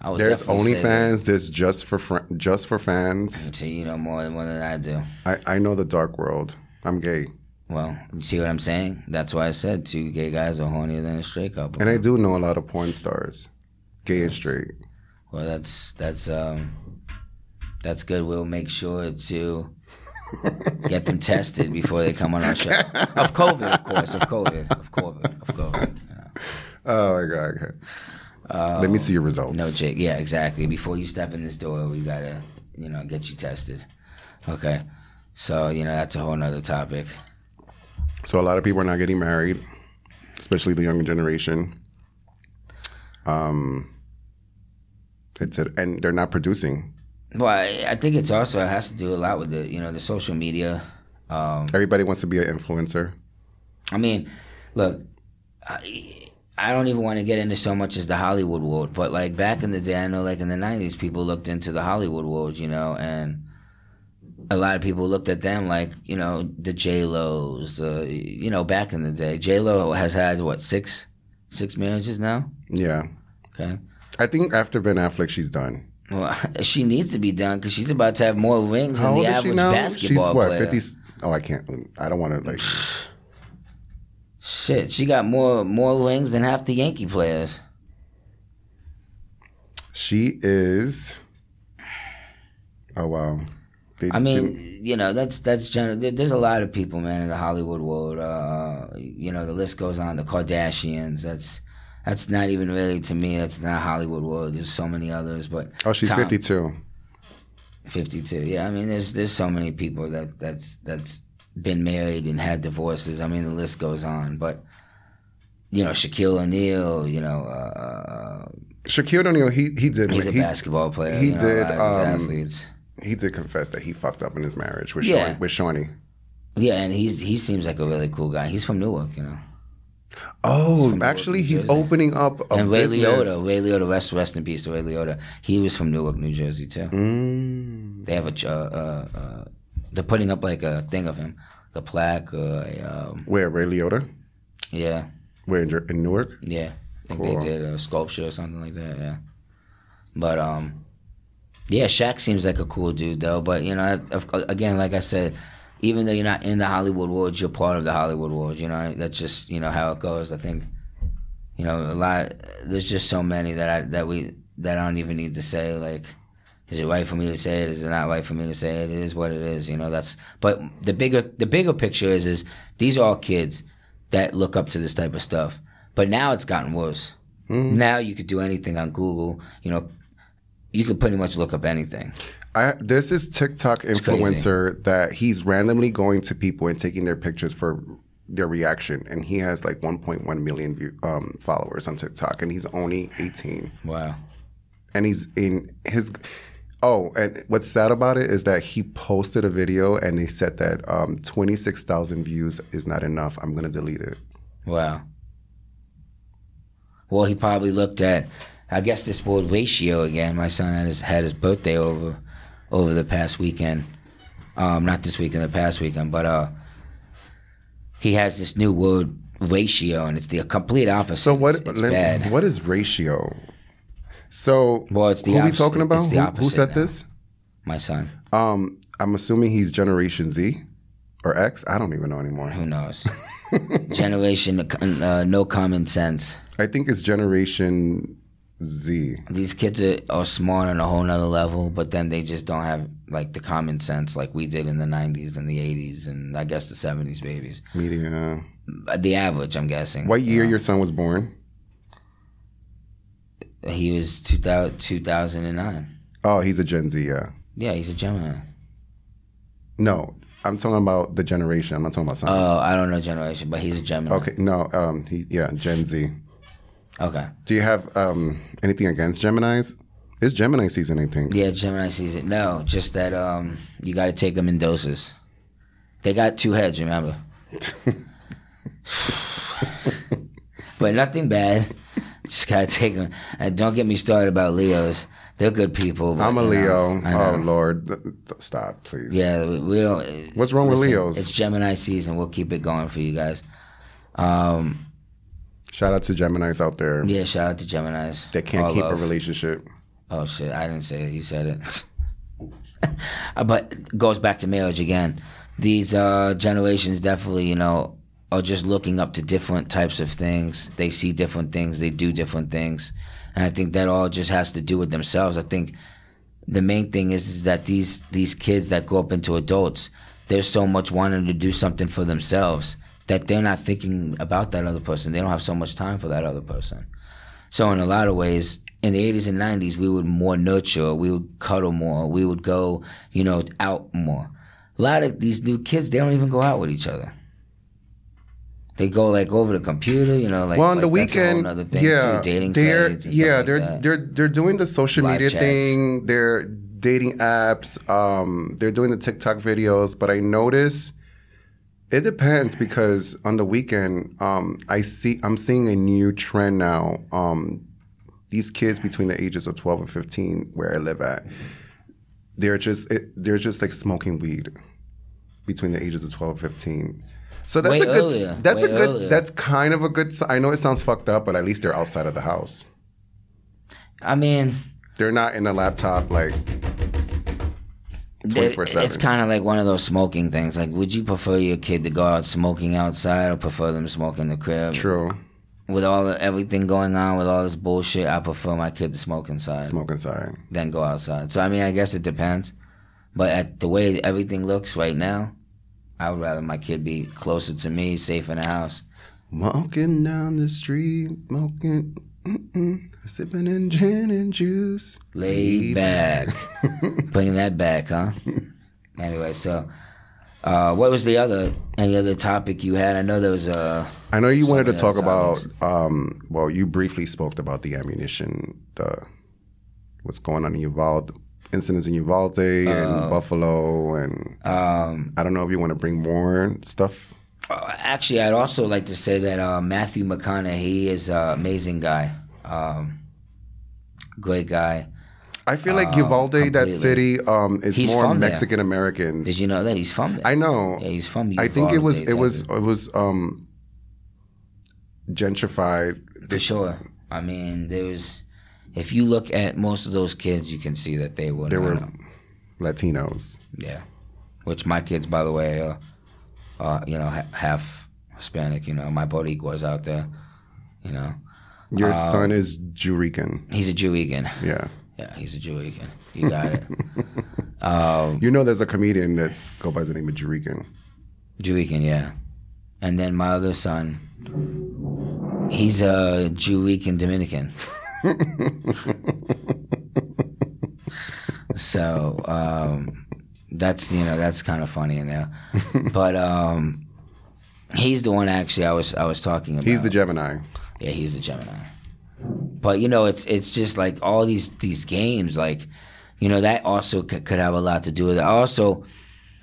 Speaker 1: I would
Speaker 2: There's
Speaker 1: definitely say that.
Speaker 2: OnlyFans. There's just for fr- just for fans.
Speaker 1: See, you know more than more than I do.
Speaker 2: I, I know the dark world. I'm gay.
Speaker 1: Well, you see what I'm saying? That's why I said two gay guys are hornier than a straight couple.
Speaker 2: And I do know a lot of porn stars, gay and straight.
Speaker 1: well, that's that's um that's good. We'll make sure to Get them tested before they come on our show. Of COVID, of course. Of COVID. Of COVID. Of COVID.
Speaker 2: Oh my god. Okay. Let me see your results.
Speaker 1: No, Jake. Yeah, exactly. Before you step in this door, we gotta, you know, get you tested. Okay. So you know that's a whole nother topic.
Speaker 2: so a lot of people are not getting married, especially the younger generation. Um, it's a, and they're not producing.
Speaker 1: Well, I, I think it's also it has to do a lot with the you know the social media. Um,
Speaker 2: Everybody wants to be an influencer.
Speaker 1: I mean, look, I, I don't even want to get into so much as the Hollywood world, but like back in the day, I know like in the 90s, people looked into the Hollywood world, you know, and a lot of people looked at them like, you know, the J-Lo's, uh, you know, back in the day. J-Lo has had, what, six, six marriages now?
Speaker 2: Yeah,
Speaker 1: Okay.
Speaker 2: I think after Ben Affleck, she's done.
Speaker 1: Well, she needs to be done because she's about to have more rings than
Speaker 2: How old
Speaker 1: the
Speaker 2: is she
Speaker 1: average
Speaker 2: now?
Speaker 1: basketball
Speaker 2: she's what
Speaker 1: player.
Speaker 2: fifty? Oh, I can't. I don't want to like.
Speaker 1: Shit, she got more more rings than half the Yankee players.
Speaker 2: She is. Oh wow. They
Speaker 1: I
Speaker 2: didn't-
Speaker 1: mean, you know, that's that's general. there- There's a lot of people, man, in the Hollywood world. Uh, you know, the list goes on. The Kardashians. That's that's not even really to me. That's not Hollywood world. There's so many others, but
Speaker 2: oh, she's
Speaker 1: Tom-
Speaker 2: fifty-two.
Speaker 1: 52. Yeah, I mean, there's there's so many people that that's that's been married and had divorces. I mean, the list goes on. But you know, Shaquille O'Neal. You know, uh,
Speaker 2: Shaquille O'Neal. He he did.
Speaker 1: he's a
Speaker 2: he,
Speaker 1: basketball player.
Speaker 2: he
Speaker 1: you know, a
Speaker 2: did,
Speaker 1: lot of these
Speaker 2: um,
Speaker 1: athletes.
Speaker 2: he did confess that he fucked up in his marriage with
Speaker 1: Yeah.
Speaker 2: Shawnee, with Shawnee.
Speaker 1: Yeah, and he's he seems like a really cool guy. He's from Newark, you know.
Speaker 2: Oh,
Speaker 1: New
Speaker 2: actually,
Speaker 1: York, New
Speaker 2: he's
Speaker 1: Jersey.
Speaker 2: opening up a
Speaker 1: and Ray
Speaker 2: business.
Speaker 1: Liotta, Ray Liotta, rest rest in peace to Ray Liotta. He was from Newark, New Jersey too.
Speaker 2: Mm.
Speaker 1: They have a ch- uh, uh, uh, they're putting up like a thing of him, a plaque. Uh, a, um,
Speaker 2: Where Ray Liotta?
Speaker 1: yeah,
Speaker 2: Where in, Jer- in Newark?
Speaker 1: yeah. I think
Speaker 2: Cool.
Speaker 1: they did a sculpture or something like that. Yeah, but um, yeah, Shaq seems like a cool dude though. But you know, of, again, like I said. Even though you're not in the Hollywood world, you're part of the Hollywood world. You know that's just you know how it goes. I think you know a lot there's just so many that I that we that I don't even need to say like is it right for me to say it is it not right for me to say it it is what it is you know that's but the bigger the bigger picture is is these are all kids that look up to this type of stuff but now it's gotten worse now you could do anything on Google you know you could pretty much look up anything
Speaker 2: I, there's this TikTok
Speaker 1: crazy.
Speaker 2: influencer that he's randomly going to people and taking their pictures for their reaction, and he has like 1.1 million view, um, followers on TikTok, and he's only 18.
Speaker 1: wow
Speaker 2: and he's in his oh and what's sad about it is that he posted a video and he said that um, 26000 views is not enough i'm gonna delete it
Speaker 1: wow well he probably looked at I guess this word ratio again my son had his had his birthday over over the past weekend um, not this weekend, the past weekend, but uh, he has this new word ratio, and it's the complete opposite.
Speaker 2: so what
Speaker 1: It's, it's
Speaker 2: let-
Speaker 1: bad.
Speaker 2: what is ratio so
Speaker 1: Well, it's the
Speaker 2: who we
Speaker 1: opposite-
Speaker 2: talking about
Speaker 1: it's the
Speaker 2: who, who
Speaker 1: opposite
Speaker 2: said
Speaker 1: now.
Speaker 2: this
Speaker 1: My son,
Speaker 2: um, i'm assuming he's generation z or x i don't even know anymore
Speaker 1: who knows? Generation, uh, no common sense.
Speaker 2: i think it's generation z
Speaker 1: These kids are, are smart on a whole nother level, but then they just don't have like the common sense like we did in the '90s and the '80s, and I guess the '70s babies. Uh,
Speaker 2: media
Speaker 1: The average, I'm guessing.
Speaker 2: what year your son was born
Speaker 1: He was 2000, 2009.
Speaker 2: oh he's a gen z yeah
Speaker 1: Yeah, he's a Gemini.
Speaker 2: no i'm talking about the generation i'm not talking about science
Speaker 1: Oh, I don't know generation, but he's a Gemini.
Speaker 2: Okay, no, um, he, yeah, Gen Z.
Speaker 1: Okay.
Speaker 2: Do you have um, anything against Gemini's? It's Gemini season, I think.
Speaker 1: Yeah, Gemini season. No, just that um, you got to take them in doses. They got two heads, remember? but nothing bad. Just gotta take them. And don't get me started about Leos. They're good people. but,
Speaker 2: I'm a
Speaker 1: you know,
Speaker 2: Leo.
Speaker 1: I know.
Speaker 2: Oh Lord, Th- th- stop, please.
Speaker 1: Yeah, we, we don't.
Speaker 2: What's wrong with
Speaker 1: listen,
Speaker 2: Leos?
Speaker 1: It's Gemini season. We'll keep it going for you guys. Um,
Speaker 2: Shout out to Gemini's out there.
Speaker 1: yeah, shout out to Geminis.
Speaker 2: They can't
Speaker 1: All
Speaker 2: keep a
Speaker 1: love.
Speaker 2: relationship.
Speaker 1: Oh shit! I didn't say it. You said it. Uh, but goes back to marriage again. These uh, generations definitely, you know, are just looking up to different types of things. They see different things. They do different things, and I think that all just has to do with themselves. I think the main thing is, is that these these kids that grow up into adults, there's so much wanting to do something for themselves that they're not thinking about that other person. They don't have so much time for that other person. So in a lot of ways, in the 80s and 90s, we would more nurture, we would cuddle more, we would go, you know, out more. A lot of these new kids, they don't even go out with each other. They go like over the computer, you know, like
Speaker 2: well, on the
Speaker 1: like, that's a whole
Speaker 2: weekend,
Speaker 1: nother thing,
Speaker 2: yeah,
Speaker 1: too, dating
Speaker 2: they're
Speaker 1: sites and stuff
Speaker 2: yeah,
Speaker 1: like
Speaker 2: they're
Speaker 1: that.
Speaker 2: they're they're doing the social
Speaker 1: Live
Speaker 2: media
Speaker 1: chats.
Speaker 2: thing. They're dating apps. Um, they're doing the TikTok videos. But I notice it depends because on the weekend, um, I see I'm seeing a new trend now. Um, these kids between the ages of 12 and 15, where I live at, they're just it, they're just like smoking weed between the ages of 12 and 15. So
Speaker 1: Way
Speaker 2: that's a good
Speaker 1: earlier.
Speaker 2: that's
Speaker 1: Way
Speaker 2: a good
Speaker 1: earlier.
Speaker 2: that's kind of a good s- I know it sounds fucked up, but at least they're outside of the house.
Speaker 1: I mean,
Speaker 2: They're not in the laptop like
Speaker 1: it-
Speaker 2: 24/7.
Speaker 1: it's kind of like one of those smoking things. Like, would you prefer your kid to go out smoking outside or prefer them smoking in the crib?
Speaker 2: true
Speaker 1: With all the, everything going on, with all this bullshit, I prefer my kid to smoke inside
Speaker 2: smoke inside.
Speaker 1: than go outside. So, I mean, I guess it depends. But at the way everything looks right now, I would rather my kid be closer to me, safe in the house.
Speaker 2: Walking down the street, smoking, mm-mm, sipping in gin and juice.
Speaker 1: Laid back. Bringing that back, huh? anyway, so uh, what was the other any other topic you had? I know there was a
Speaker 2: I know you wanted to
Speaker 1: many
Speaker 2: talk
Speaker 1: other
Speaker 2: about. Um, well, you briefly spoke about the ammunition, the what's going on in Uvalde, incidents in Uvalde
Speaker 1: Uh,
Speaker 2: and Buffalo, and
Speaker 1: um,
Speaker 2: I don't know if you want to bring more stuff.
Speaker 1: uh, actually I'd also like to say that uh, Matthew McConaughey is an amazing guy, um, great guy.
Speaker 2: I feel like Uvalde, that
Speaker 1: Uh, completely.
Speaker 2: city, um, is
Speaker 1: He's
Speaker 2: more
Speaker 1: from there.
Speaker 2: Mexican Americans.
Speaker 1: Did you know that he's from there?
Speaker 2: I know.
Speaker 1: yeah, he's from.
Speaker 2: I think it
Speaker 1: Uvalde,
Speaker 2: was it was
Speaker 1: Texas,
Speaker 2: it was um, gentrified.
Speaker 1: for sure. I mean, there was. If you look at most of those kids, you can see that they were.
Speaker 2: There
Speaker 1: not
Speaker 2: were Latinos.
Speaker 1: Yeah, which my kids, by the way, are, are you know ha- half Hispanic. You know, my Boricua's out there. You know,
Speaker 2: Your
Speaker 1: Uh,
Speaker 2: son is Jurican.
Speaker 1: he's a Jewigan.
Speaker 2: Yeah.
Speaker 1: Yeah, he's a Jewigan. You got it, Um,
Speaker 2: You know, there's a comedian that's go by the name of Jurican.
Speaker 1: Jewigan. Yeah, and then my other son, he's a Jewican Dominican. so um, that's you know that's kind of funny in there, but um, he's the one actually I was I was talking about.
Speaker 2: He's the Gemini.
Speaker 1: Yeah, he's a Gemini. But you know, it's it's just like all these these games, like you know, that also could, could have a lot to do with it. Also,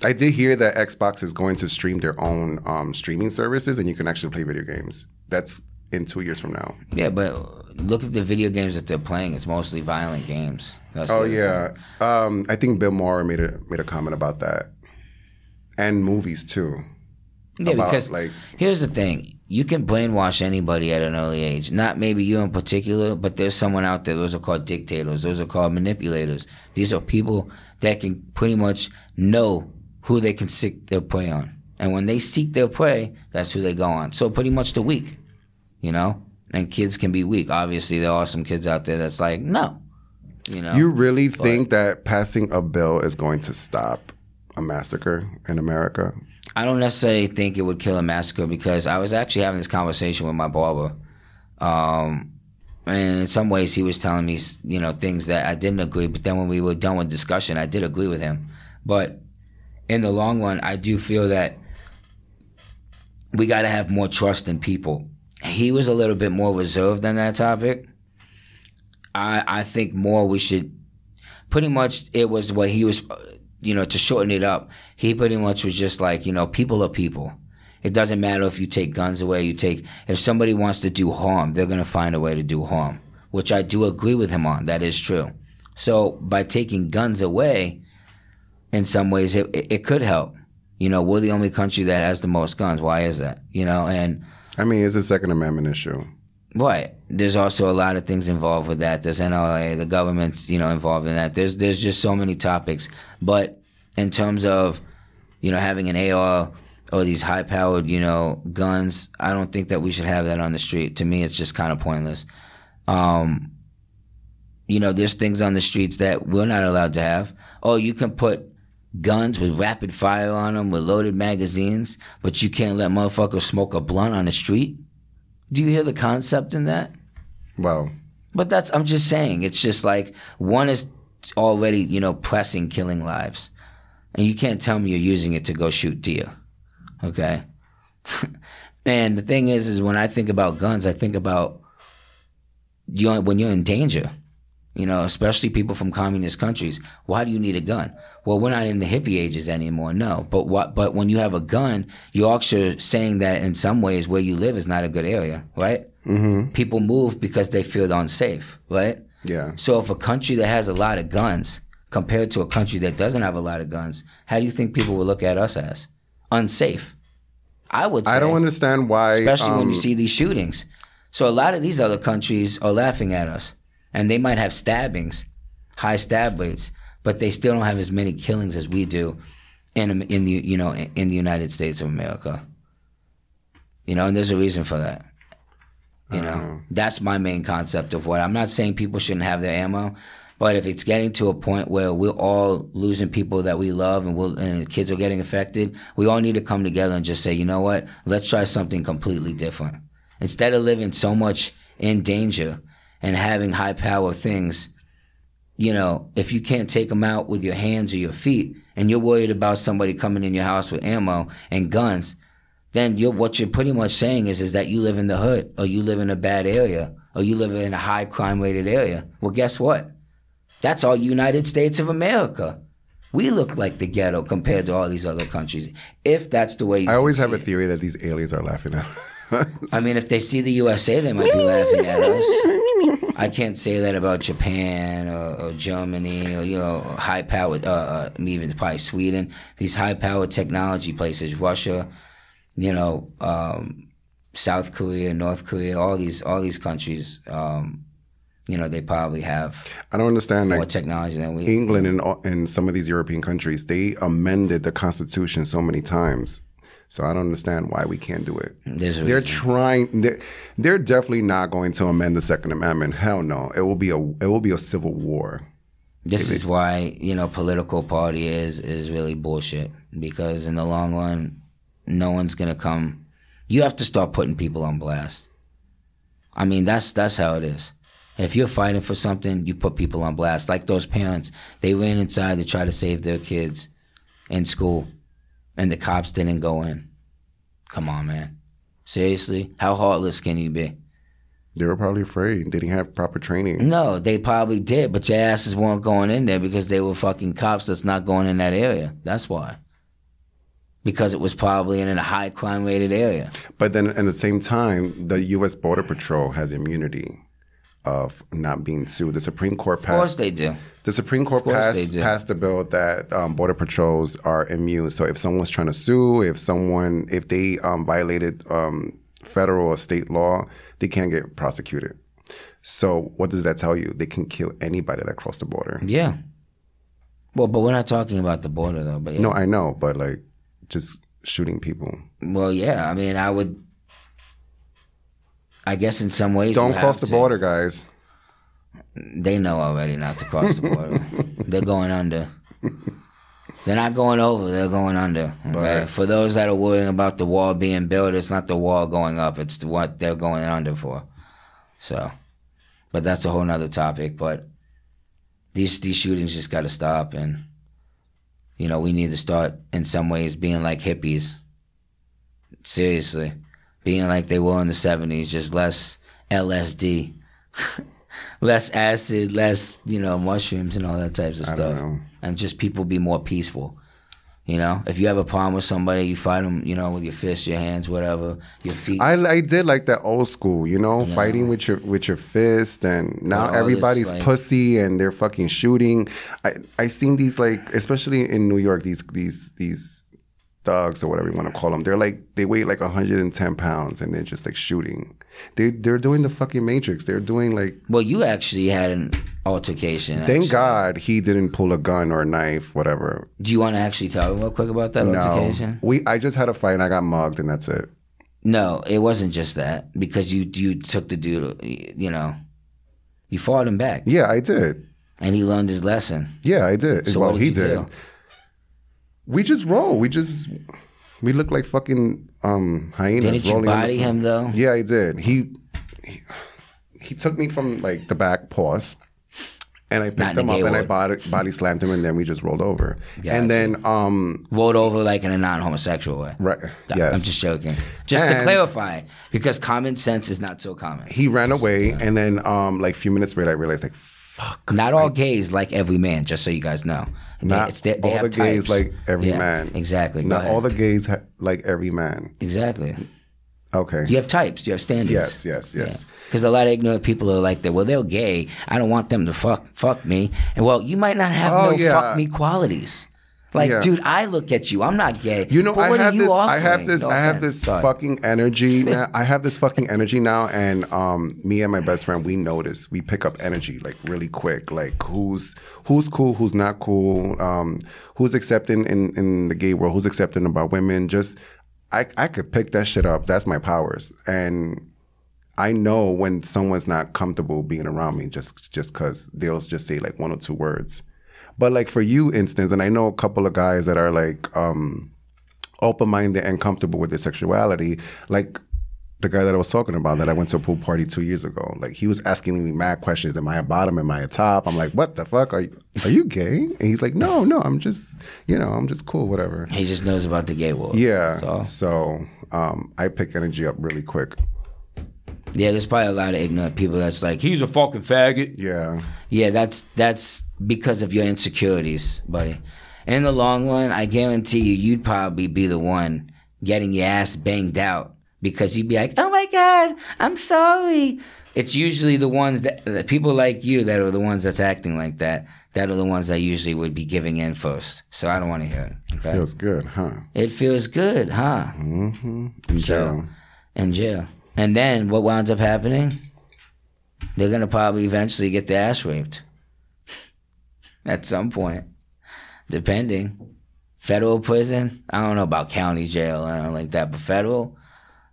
Speaker 2: I did hear that Xbox is going to stream their own um, streaming services, and you can actually play video games. That's in two years from now.
Speaker 1: yeah, but look at the video games that they're playing. It's mostly violent games. That's
Speaker 2: Oh
Speaker 1: the-
Speaker 2: yeah, um, I think Bill Maher made a made a comment about that, and movies too.
Speaker 1: yeah.
Speaker 2: about,
Speaker 1: Because
Speaker 2: like-
Speaker 1: here's the thing: you can brainwash anybody at an early age. Not maybe you in particular, but there's someone out there. Those are called dictators. Those are called manipulators. These are people that can pretty much know who they can seek their prey on. And when they seek their prey, that's who they go on. So pretty much the weak. you know? And kids can be weak. Obviously, there are some kids out there that's like, no, you know?
Speaker 2: You really think that passing a bill is going to stop a massacre in America?
Speaker 1: I don't necessarily think it would kill a massacre because I was actually having this conversation with my barber. Um, and in some ways, he was telling me, you know, things that I didn't agree. But then when we were done with discussion, I did agree with him. But in the long run, I do feel that we got to have more trust in people. He was a little bit more reserved on that topic. I I think more we should pretty much it was what he was uh, you know to shorten it up he pretty much was just like you know people are people it doesn't matter if you take guns away you take if somebody wants to do harm they're going to find a way to do harm which i do agree with him on that is true so by taking guns away in some ways it, it, it could help you know we're the only country that has the most guns why is that you know and
Speaker 2: I mean, it's a Second Amendment issue.
Speaker 1: Right. There's also a lot of things involved with that. There's NRA, the government's, you know, involved in that. There's there's just so many topics. But in terms of, you know, having an AR or these high powered, you know, guns, I don't think that we should have that on the street. To me it's just kinda pointless. Um you know, there's things on the streets that we're not allowed to have. Oh, you can put guns with rapid fire on them, with loaded magazines, but you can't let motherfuckers smoke a blunt on the street? Do you hear the concept in that?
Speaker 2: Well,
Speaker 1: But that's, I'm just saying, it's just like one is already, you know, pressing killing lives. And you can't tell me you're using it to go shoot deer. Okay? and the thing is, is when I think about guns, I think about you know, when you're in danger, you know, especially people from communist countries. Why do you need a gun? Well, we're not in the hippie ages anymore, no. But what? But when you have a gun, you're also saying that in some ways where you live is not a good area, right? Mm-hmm. People move because they feel unsafe, right?
Speaker 2: yeah.
Speaker 1: So if a country that has a lot of guns compared to a country that doesn't have a lot of guns, how do you think people will look at us as unsafe? I would. Say
Speaker 2: I don't understand why.
Speaker 1: especially when
Speaker 2: um,
Speaker 1: you see these shootings. So a lot of these other countries are laughing at us, and they might have stabbings, high stab rates, but they still don't have as many killings as we do in in the you know in the United States of America. You know, and there's a reason for that. You know, that's my main concept of what I'm not saying people shouldn't have their ammo, but if it's getting to a point where we're all losing people that we love and we'll, and the kids are getting affected, we all need to come together and just say, you know what, let's try something completely different. Instead of living so much in danger and having high power things, you know, if you can't take them out with your hands or your feet and you're worried about somebody coming in your house with ammo and guns, then you're, what you're pretty much saying is, is that you live in the hood or you live in a bad area or you live in a high crime rated area. Well, guess what? That's all United States of America. We look like the ghetto compared to all these other countries. If that's the way you
Speaker 2: I always
Speaker 1: see
Speaker 2: have a
Speaker 1: it.
Speaker 2: theory that these aliens are laughing at us.
Speaker 1: I mean, if they see the USA, they might be laughing at us. I can't say that about Japan or, or Germany or you know high powered, uh, uh, even probably Sweden. These high powered technology places, Russia, you know, um, South Korea, North Korea, all these all these countries. Um, you know, they probably have
Speaker 2: I don't understand.
Speaker 1: more
Speaker 2: Like
Speaker 1: technology than we.
Speaker 2: England and all- and some of these European countries, they amended the constitution so many times. So I don't understand why we can't do it.
Speaker 1: There's a
Speaker 2: They're
Speaker 1: reason.
Speaker 2: trying. They're, they're definitely not going to amend the Second Amendment. Hell no. It will be a it will be a civil war.
Speaker 1: This is why you know political party is is really bullshit because in the long run, no one's gonna come. You have to start putting people on blast. I mean, that's that's how it is. If you're fighting for something, you put people on blast. Like those parents, they ran inside to try to save their kids in school, and the cops didn't go in. Come on, man. Seriously, how heartless can you be?
Speaker 2: They were probably afraid. They didn't have proper training.
Speaker 1: No, they probably did, but your asses weren't going in there because they were fucking cops that's not going in that area. That's why. Because it was probably in a high crime rated area.
Speaker 2: But then at the same time, the U.S. Border Patrol has immunity of not being sued. The Supreme Court
Speaker 1: Of course
Speaker 2: passed
Speaker 1: they do.
Speaker 2: The Supreme Court
Speaker 1: course
Speaker 2: passed
Speaker 1: they do.
Speaker 2: passed a bill that um, border patrols are immune. So if someone's trying to sue, if someone if they um, violated um, federal or state law, they can't get prosecuted. So what does that tell you? They can kill anybody that crossed the border.
Speaker 1: Yeah. Well, but we're not talking about the border though. But yeah.
Speaker 2: No, I know, but like just shooting people.
Speaker 1: well, yeah. I mean, I would. I guess in some ways,
Speaker 2: Don't
Speaker 1: you have
Speaker 2: cross the
Speaker 1: to.
Speaker 2: border, guys.
Speaker 1: They know already not to cross the border. they're going under. They're not going over. They're going under. Okay?
Speaker 2: Right.
Speaker 1: For those that are worrying about the wall being built, it's not the wall going up. It's the- what they're going under for. So, but that's a whole nother topic. But these these shootings just got to stop, and you know we need to start in some ways being like hippies. Seriously, being like they were in the seventies, just less LSD, less acid, less you know mushrooms and all that types of
Speaker 2: I
Speaker 1: stuff
Speaker 2: don't know.
Speaker 1: and just people be more peaceful. You know, if you have a problem with somebody, you fight them. You know, with your fists, your hands, whatever, your feet.
Speaker 2: I, I did like that old school, you know, fighting with your with your fist, and now
Speaker 1: all this,
Speaker 2: everybody's
Speaker 1: like-
Speaker 2: pussy and they're fucking shooting. I I seen these like, especially in New York, these these these thugs or whatever you want to call them. They're like they weigh like 110 pounds and they're just like shooting. They they're doing the fucking Matrix. They're doing like,
Speaker 1: well, you actually had an altercation.
Speaker 2: thank
Speaker 1: actually.
Speaker 2: God he didn't pull a gun or a knife, whatever.
Speaker 1: Do you want to actually tell real quick about that
Speaker 2: No,
Speaker 1: altercation?
Speaker 2: we I just had a fight and I got mugged and that's it.
Speaker 1: No, it wasn't just that because you you took the dude. You know, you fought him back,
Speaker 2: Yeah, I did.
Speaker 1: and he learned his lesson.
Speaker 2: Yeah, I did.
Speaker 1: So
Speaker 2: well,
Speaker 1: what did
Speaker 2: he
Speaker 1: you
Speaker 2: did.
Speaker 1: do?
Speaker 2: we just roll. We just we look like fucking um hyenas
Speaker 1: Didn't you
Speaker 2: rolling. on the
Speaker 1: body
Speaker 2: floor.
Speaker 1: him though?
Speaker 2: Yeah, he did. He, he he took me from like the back paws, and I
Speaker 1: Not in
Speaker 2: picked him
Speaker 1: a
Speaker 2: up
Speaker 1: gay
Speaker 2: and I
Speaker 1: word.
Speaker 2: body, body slammed him, and then we just rolled over. And then um
Speaker 1: Rolled over like in a non-homosexual way.
Speaker 2: right
Speaker 1: No,
Speaker 2: yes,
Speaker 1: I'm just joking. Just to
Speaker 2: And-
Speaker 1: clarify, because common sense is not so common.
Speaker 2: he ran away, and then um like a few minutes later, I realized like fuck,
Speaker 1: Not all gays like every man. Just so you guys know, They-
Speaker 2: not
Speaker 1: it's- they- they
Speaker 2: all
Speaker 1: have
Speaker 2: the gays
Speaker 1: types.
Speaker 2: like every
Speaker 1: Yeah,
Speaker 2: man.
Speaker 1: Exactly. Go
Speaker 2: Not
Speaker 1: ahead.
Speaker 2: all the gays ha- like every man.
Speaker 1: exactly.
Speaker 2: Okay.
Speaker 1: You have types. You have standards.
Speaker 2: Yes. Yes. Yes.
Speaker 1: Because a lot of ignorant people are like that. Well, they're gay. I don't want them to fuck fuck me. And well, you might not have
Speaker 2: Oh,
Speaker 1: no
Speaker 2: yeah.
Speaker 1: fuck me qualities. Like,
Speaker 2: Yeah.
Speaker 1: dude, I look at you. I'm not gay.
Speaker 2: You know,
Speaker 1: But
Speaker 2: I
Speaker 1: what are
Speaker 2: have,
Speaker 1: you
Speaker 2: this, I have
Speaker 1: offering?
Speaker 2: this.
Speaker 1: No
Speaker 2: I have
Speaker 1: offense.
Speaker 2: this.
Speaker 1: Sorry.
Speaker 2: fucking energy now. I have this fucking energy now, and um, me and my best friend, we notice. We pick up energy like really quick. Like who's who's cool, who's not cool, um, who's accepting in in the gay world, who's accepting about women. Just I I could pick that shit up. That's my powers, and I know when someone's not comfortable being around me just just because they'll just say like one or two words. But like for you instance, and I know a couple of guys that are like um open minded and comfortable with their sexuality, like the guy that I was talking about that I went to a pool party two years ago, like he was asking me mad questions. Am I a bottom? Am I a top? I'm like, what the fuck? Are you, are you gay? And he's like, no, no, I'm just, you know, I'm just cool, whatever.
Speaker 1: He just knows about the gay world.
Speaker 2: Yeah.
Speaker 1: So-
Speaker 2: So, um, I pick energy up really quick.
Speaker 1: Yeah, there's probably a lot of ignorant people that's like, he's a fucking faggot.
Speaker 2: Yeah.
Speaker 1: Yeah, that's that's because of your insecurities, buddy. In the long run, I guarantee you, you'd probably be the one getting your ass banged out because you'd be like, "Oh my god, I'm sorry." It's usually the ones that the people like you that are the ones that's acting like that. That are the ones that usually would be giving in first. So I don't want to hear it. okay?
Speaker 2: Feels good, huh?
Speaker 1: It feels good, huh?
Speaker 2: Mm-hmm. In
Speaker 1: So,
Speaker 2: jail.
Speaker 1: in jail. And then what winds up happening? They're gonna probably eventually get their ass raped. At some point. Depending. Federal prison. I don't know about county jail I don't know like that, but federal,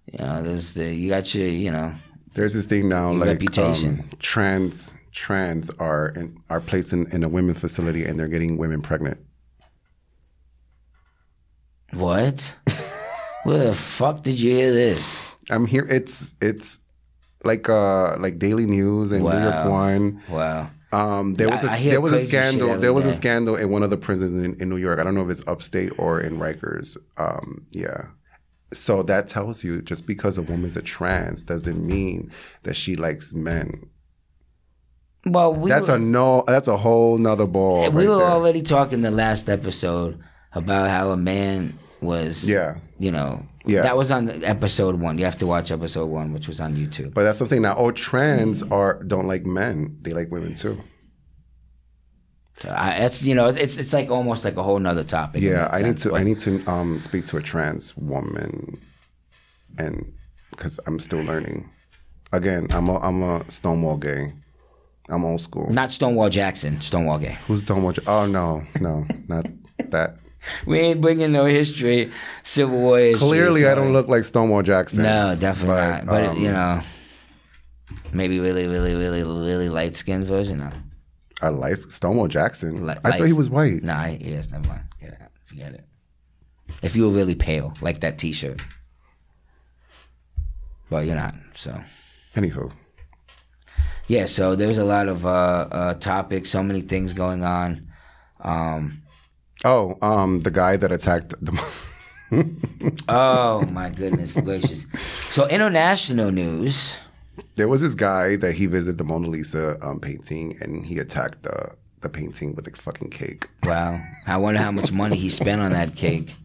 Speaker 1: you know, there's the you got your, you know,
Speaker 2: There's this thing now, like
Speaker 1: reputation.
Speaker 2: Um, trans trans are in, are placed in, in a women facility and they're getting women pregnant.
Speaker 1: what? Where the fuck did you hear this?
Speaker 2: I'm here. It's it's like uh like Daily News and New York
Speaker 1: Wow.
Speaker 2: One.
Speaker 1: Wow.
Speaker 2: Um, there was a
Speaker 1: I- I hear
Speaker 2: there was a
Speaker 1: crazy shit
Speaker 2: scandal.
Speaker 1: every
Speaker 2: There was a
Speaker 1: day.
Speaker 2: scandal in one of the prisons in, in New York. I don't know if it's upstate or in Rikers. Um, yeah. So that tells you just because a woman's a trans doesn't mean that she likes men.
Speaker 1: Well we
Speaker 2: That's
Speaker 1: were-
Speaker 2: a no. That's a whole nother ball.
Speaker 1: we
Speaker 2: right
Speaker 1: were
Speaker 2: there.
Speaker 1: already talking the last episode about how a man was
Speaker 2: Yeah.
Speaker 1: you know
Speaker 2: Yeah.
Speaker 1: that was on episode one you have to watch episode one which was on youtube
Speaker 2: But that's what I'm saying. Now, all trans are don't like men; they like women too.
Speaker 1: so I, it's you know it's it's like almost like a whole nother topic in
Speaker 2: Yeah,
Speaker 1: that
Speaker 2: I need
Speaker 1: sense,
Speaker 2: to.
Speaker 1: but-
Speaker 2: I need to um, speak to a trans woman, and because I'm still learning. Again, I'm a I'm a Stonewall gay. I'm old school.
Speaker 1: not stonewall jackson stonewall gay
Speaker 2: Who's Stonewall? J- Oh no, no, not that.
Speaker 1: we ain't bringing no history civil war history,
Speaker 2: Clearly, I
Speaker 1: so-
Speaker 2: don't look like Stonewall Jackson.
Speaker 1: no definitely
Speaker 2: But,
Speaker 1: not but
Speaker 2: um,
Speaker 1: you know maybe really really really really light skinned version of
Speaker 2: I like Stonewall Jackson.
Speaker 1: Li-
Speaker 2: I thought he was white.
Speaker 1: Nah, I, yes, never mind. Forget it. Forget it. If you were really pale, like that T-shirt, but you're not. So
Speaker 2: Anywho,
Speaker 1: yeah, so there's a lot of uh, uh, topics, so many things going on. Um,
Speaker 2: oh, um, the guy that attacked the.
Speaker 1: oh my goodness gracious! So international news.
Speaker 2: There was this guy that he visited the Mona Lisa um, painting, and he attacked the the painting with a fucking cake.
Speaker 1: Wow, I wonder how much money he spent on that cake.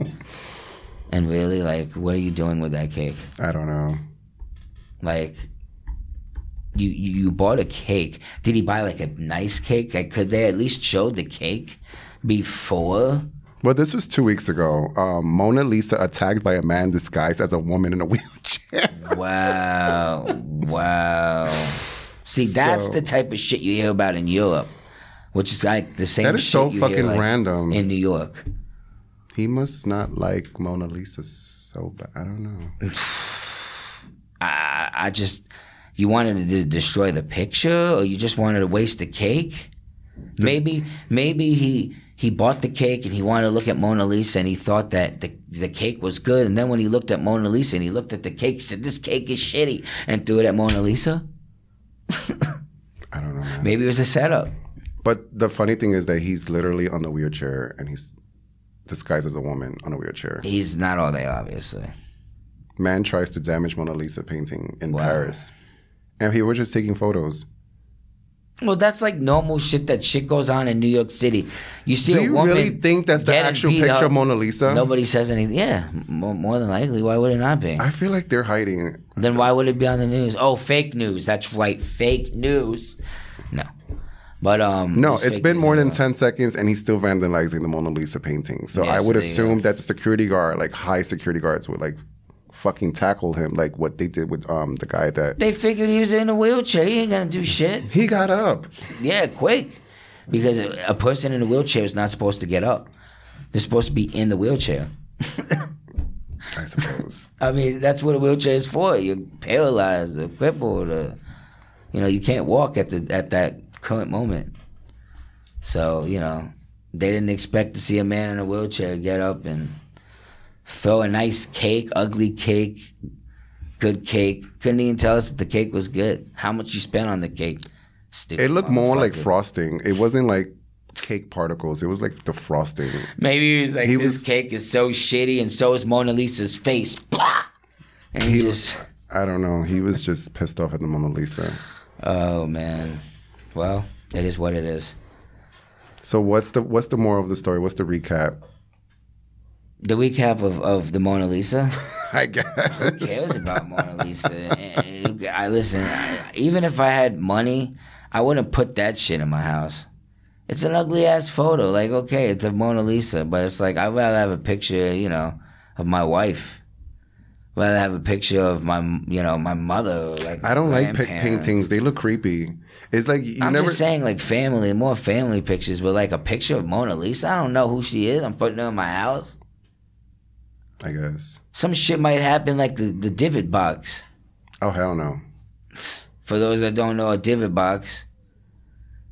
Speaker 1: And really, like, what are you doing with that cake?
Speaker 2: I don't know.
Speaker 1: Like, you you you bought a cake. Did he buy like a nice cake? Like, could they at least show the cake before?
Speaker 2: Well, this was two weeks ago. Um, Mona Lisa attacked by a man disguised as a woman in a wheelchair.
Speaker 1: Wow, wow. See, that's
Speaker 2: So-
Speaker 1: the type of shit you hear about in Europe, which is like the same.
Speaker 2: That is
Speaker 1: shit
Speaker 2: so
Speaker 1: you hear,
Speaker 2: fucking
Speaker 1: like,
Speaker 2: random.
Speaker 1: in New York.
Speaker 2: he must not like Mona Lisa so bad. I don't know.
Speaker 1: I I just you wanted to destroy the picture, or you just wanted to waste the cake. Maybe maybe he he bought the cake and he wanted to look at Mona Lisa and he thought that the, the cake was good. And then when he looked at Mona Lisa and he looked at the cake, he said, This cake is shitty, and threw it at Mona Lisa.
Speaker 2: I don't know. Man.
Speaker 1: Maybe it was a setup.
Speaker 2: But the funny thing is that he's literally on the wheelchair and he's disguised as a woman on a wheelchair.
Speaker 1: He's not all day, obviously.
Speaker 2: Man tries to damage Mona Lisa painting in
Speaker 1: Wow.
Speaker 2: Paris, and he was just taking photos.
Speaker 1: Well, that's like normal shit that shit goes on in New York City. You see
Speaker 2: Do
Speaker 1: a
Speaker 2: you
Speaker 1: woman
Speaker 2: really think that's the
Speaker 1: getting
Speaker 2: actual
Speaker 1: beat
Speaker 2: picture
Speaker 1: up.
Speaker 2: of Mona Lisa?
Speaker 1: Nobody says anything. Yeah, mo- more than likely. Why would it not be?
Speaker 2: I feel like they're hiding.
Speaker 1: Then why would it be on the news? Oh, fake news. That's right, fake news. No, but um,
Speaker 2: No,
Speaker 1: it's
Speaker 2: it's
Speaker 1: fake
Speaker 2: been
Speaker 1: news
Speaker 2: more than
Speaker 1: anyway.
Speaker 2: ten seconds, and he's still vandalizing the Mona Lisa painting. So
Speaker 1: Yeah,
Speaker 2: I
Speaker 1: so
Speaker 2: would
Speaker 1: there you
Speaker 2: assume that the security guard, like high security guards, would like fucking tackle him, like what they did with um the guy that
Speaker 1: They figured he was in a wheelchair. He ain't gonna do shit.
Speaker 2: he got up.
Speaker 1: Yeah, quick, because a person in a wheelchair is not supposed to get up. They're supposed to be in the wheelchair.
Speaker 2: I suppose.
Speaker 1: I mean, that's what a wheelchair is for. You're paralyzed or crippled or you know, you can't walk at the at that current moment. So, you know, they didn't expect to see a man in a wheelchair get up and throw a nice cake, ugly cake, good cake. Couldn't even tell us that the cake was good. How much you spent on the cake. Stupid.
Speaker 2: It looked more like
Speaker 1: motherfucker.
Speaker 2: frosting. It wasn't like cake particles. It was like the frosting.
Speaker 1: Maybe he was like,
Speaker 2: He
Speaker 1: this
Speaker 2: was-
Speaker 1: cake is so shitty and so is Mona Lisa's face. Blah! And he,
Speaker 2: He
Speaker 1: just,
Speaker 2: was, I don't know. He was just pissed off at the Mona Lisa.
Speaker 1: oh man. Well, it is what it is.
Speaker 2: So what's the what's the moral of the story? What's the recap?
Speaker 1: The recap of, of the Mona Lisa.
Speaker 2: I guess.
Speaker 1: Who cares about Mona Lisa? And- and I listen. I, even if I had money, I wouldn't put that shit in my house. It's an ugly ass photo. Like, okay, it's of Mona Lisa, but it's like I'd rather have a picture, you know, of my wife. Rather have a picture of my, you know, my mother. Like,
Speaker 2: I don't like pic
Speaker 1: grandparents.
Speaker 2: paintings. They look creepy. It's like you
Speaker 1: I'm
Speaker 2: never.
Speaker 1: just saying, like family, more family pictures, but like a picture of Mona Lisa. I don't know who she is. I'm putting her in my house.
Speaker 2: I guess.
Speaker 1: Some shit might happen, like the the divot box.
Speaker 2: Oh hell no.
Speaker 1: For those that don't know, a divot box.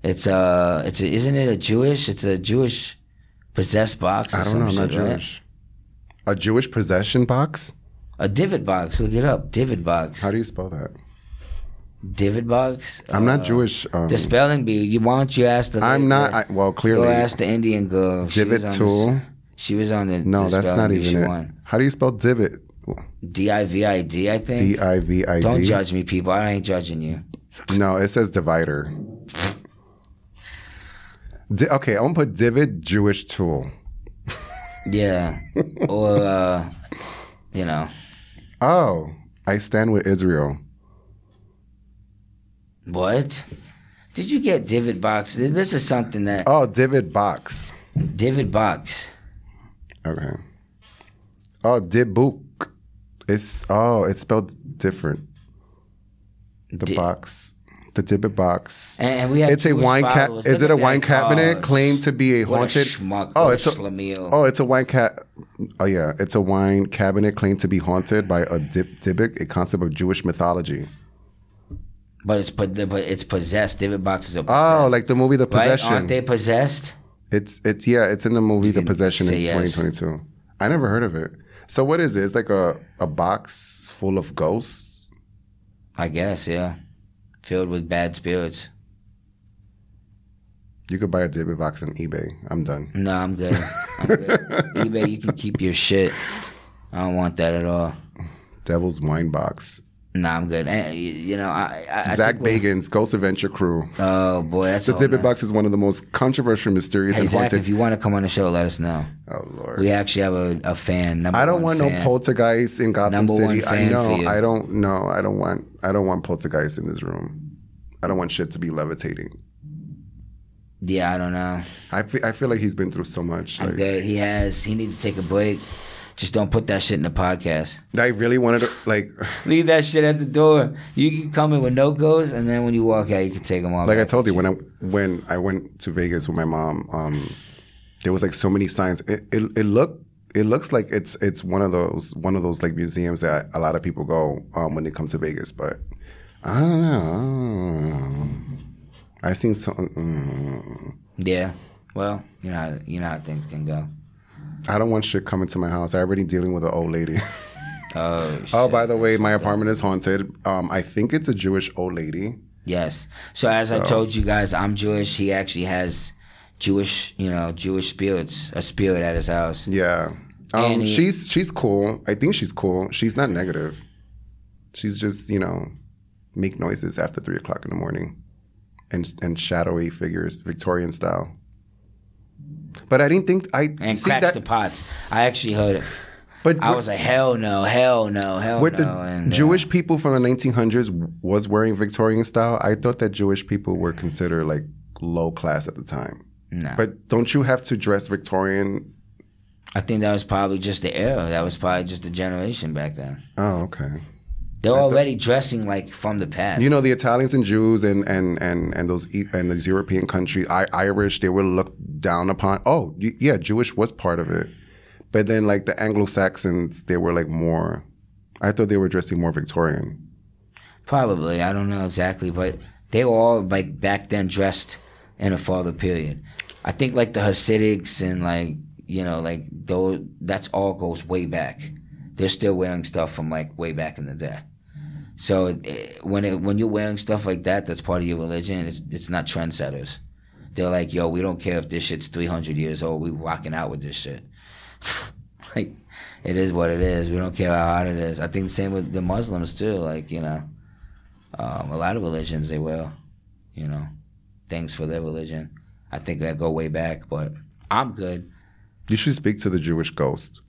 Speaker 1: It's a, it's a, isn't it a Jewish? It's a Jewish possessed box. Or
Speaker 2: I don't
Speaker 1: some
Speaker 2: know. I'm not
Speaker 1: shit, right?
Speaker 2: Jewish. A Jewish possession box?
Speaker 1: A divot box. Look it up. Divot box.
Speaker 2: How do you spell that?
Speaker 1: divot box.
Speaker 2: I'm
Speaker 1: Uh,
Speaker 2: not Jewish. Um,
Speaker 1: The spelling bee. You why don't you ask the?
Speaker 2: I'm not.
Speaker 1: The,
Speaker 2: I, well,
Speaker 1: go
Speaker 2: clearly,
Speaker 1: ask the Indian girl. She was
Speaker 2: divot
Speaker 1: on the-
Speaker 2: tool.
Speaker 1: she was on the.
Speaker 2: No,
Speaker 1: the
Speaker 2: that's
Speaker 1: spelling
Speaker 2: not
Speaker 1: bee. She
Speaker 2: even it.
Speaker 1: won.
Speaker 2: How do you spell divot?
Speaker 1: D i v i d. I think.
Speaker 2: D i v i
Speaker 1: Don't
Speaker 2: d.
Speaker 1: judge me, people. I ain't judging you.
Speaker 2: No, it says divider. Di- okay, I'm gonna put divot Jewish tool.
Speaker 1: Yeah. or, uh, you know,
Speaker 2: Oh, I stand with Israel.
Speaker 1: what? Did you get divot box? This is something that
Speaker 2: Oh, divot box.
Speaker 1: divot box.
Speaker 2: Okay. Oh, dibuk. It's oh, it's spelled different. The
Speaker 1: Di-
Speaker 2: box, the divot box.
Speaker 1: And, and we have
Speaker 2: It's a
Speaker 1: Jewish
Speaker 2: wine cap.
Speaker 1: followers.
Speaker 2: Is
Speaker 1: Look
Speaker 2: it
Speaker 1: at
Speaker 2: a
Speaker 1: that.
Speaker 2: wine cabinet
Speaker 1: Oh,
Speaker 2: claimed to be a
Speaker 1: what a
Speaker 2: haunted?
Speaker 1: schmuck,
Speaker 2: oh,
Speaker 1: what a
Speaker 2: it's a
Speaker 1: schlemiel.
Speaker 2: oh, it's a wine cat. Oh yeah, it's a wine cabinet claimed to be haunted by a dip, dibuk, a concept of Jewish mythology.
Speaker 1: But it's po- but it's possessed. Divot boxes are
Speaker 2: Oh,
Speaker 1: possessed.
Speaker 2: like the movie The
Speaker 1: right?
Speaker 2: Possession.
Speaker 1: Aren't they possessed?
Speaker 2: It's it's yeah, it's in the movie The Possession in
Speaker 1: say yes.
Speaker 2: 2022. I never heard of it. So what is it? It's like a a box full of ghosts.
Speaker 1: I guess, yeah. Filled with bad spirits.
Speaker 2: You could buy a David box on eBay. I'm done.
Speaker 1: No, I'm good. I'm good. eBay, you can keep your shit. I don't want that at all.
Speaker 2: Devil's Wine Box.
Speaker 1: No, I'm good. And, you- you know, I, I, I
Speaker 2: Zach
Speaker 1: think we're-
Speaker 2: Bagans, Ghost Adventure Crew.
Speaker 1: Oh boy, that's
Speaker 2: The
Speaker 1: all
Speaker 2: David
Speaker 1: nice.
Speaker 2: box is one of the most controversial, mysterious,
Speaker 1: Hey
Speaker 2: and
Speaker 1: Zach,
Speaker 2: haunted.
Speaker 1: if you want to come on the show, let us know.
Speaker 2: oh lord.
Speaker 1: We actually have a, a fan. Number
Speaker 2: I don't
Speaker 1: one
Speaker 2: want
Speaker 1: fan.
Speaker 2: no poltergeist in Gotham
Speaker 1: Number one
Speaker 2: City. I
Speaker 1: fan
Speaker 2: know.
Speaker 1: for you.
Speaker 2: I don't know. I don't want. I don't want poltergeist in this room. I don't want shit to be levitating.
Speaker 1: Yeah, I don't know.
Speaker 2: I feel, I feel like he's been through so much.
Speaker 1: I'm
Speaker 2: Like,
Speaker 1: good. He has. He needs to take a break. Just don't put that shit in the podcast.
Speaker 2: I really wanted to like.
Speaker 1: Leave that shit at the door. You can come in with no goes, and then when you walk out, you can take them all.
Speaker 2: like I
Speaker 1: back.
Speaker 2: told you when I when I went to Vegas with my mom, um, there was like so many signs. It it, it looked it looks like it's it's one of those one of those like museums that a lot of people go um, when they come to Vegas, but I don't know. I seen some. Mm,
Speaker 1: yeah. Well, you know, how, you know how things can go.
Speaker 2: I don't want shit coming to my house. I already dealing with an old lady.
Speaker 1: Oh, shit.
Speaker 2: oh, by the way, my apartment is haunted. Um, I think it's a Jewish old lady.
Speaker 1: yes. So as I
Speaker 2: So-
Speaker 1: told you guys, I'm Jewish. He actually has Jewish, you know, Jewish spirits, a spirit at his house.
Speaker 2: Yeah. Um,
Speaker 1: Annie.
Speaker 2: she's she's cool. I think she's cool. She's not negative. She's just you know make noises after three o'clock in the morning, and and shadowy figures, Victorian style. But I didn't think I
Speaker 1: And
Speaker 2: see
Speaker 1: cracks
Speaker 2: that.
Speaker 1: the pots. I actually heard it.
Speaker 2: but
Speaker 1: I was like, hell no, hell no, hell no.
Speaker 2: with the
Speaker 1: and, uh,
Speaker 2: Jewish people from the 1900s was wearing Victorian style. I thought that Jewish people were considered like low class at the time.
Speaker 1: No.
Speaker 2: But don't you have to dress Victorian?
Speaker 1: I think that was probably just the era. That was probably just the generation back then.
Speaker 2: Oh, okay.
Speaker 1: They're already dressing like from the past.
Speaker 2: You know the Italians and Jews and and and and those E- and those European countries, I, Irish, they were looked down upon. Oh, y- yeah, Jewish was part of it, but then like the Anglo Saxons, they were like more. I thought they were dressing more Victorian.
Speaker 1: Probably. I don't know exactly, but they were all like back then dressed in a father period. I think like the Hasidics and like you know like those that's all goes way back. They're still wearing stuff from like way back in the day. So it, when it, when you're wearing stuff like that, that's part of your religion. It's it's not trendsetters. They're like, yo, we don't care if this shit's 300 years old. We rocking out with this shit. like, it is what it is. We don't care how hot it is. I think the same with the Muslims too. Like, you know, um, a lot of religions they will, you know, things for their religion. I think that go way back, but I'm good.
Speaker 2: You should speak to the Jewish ghost.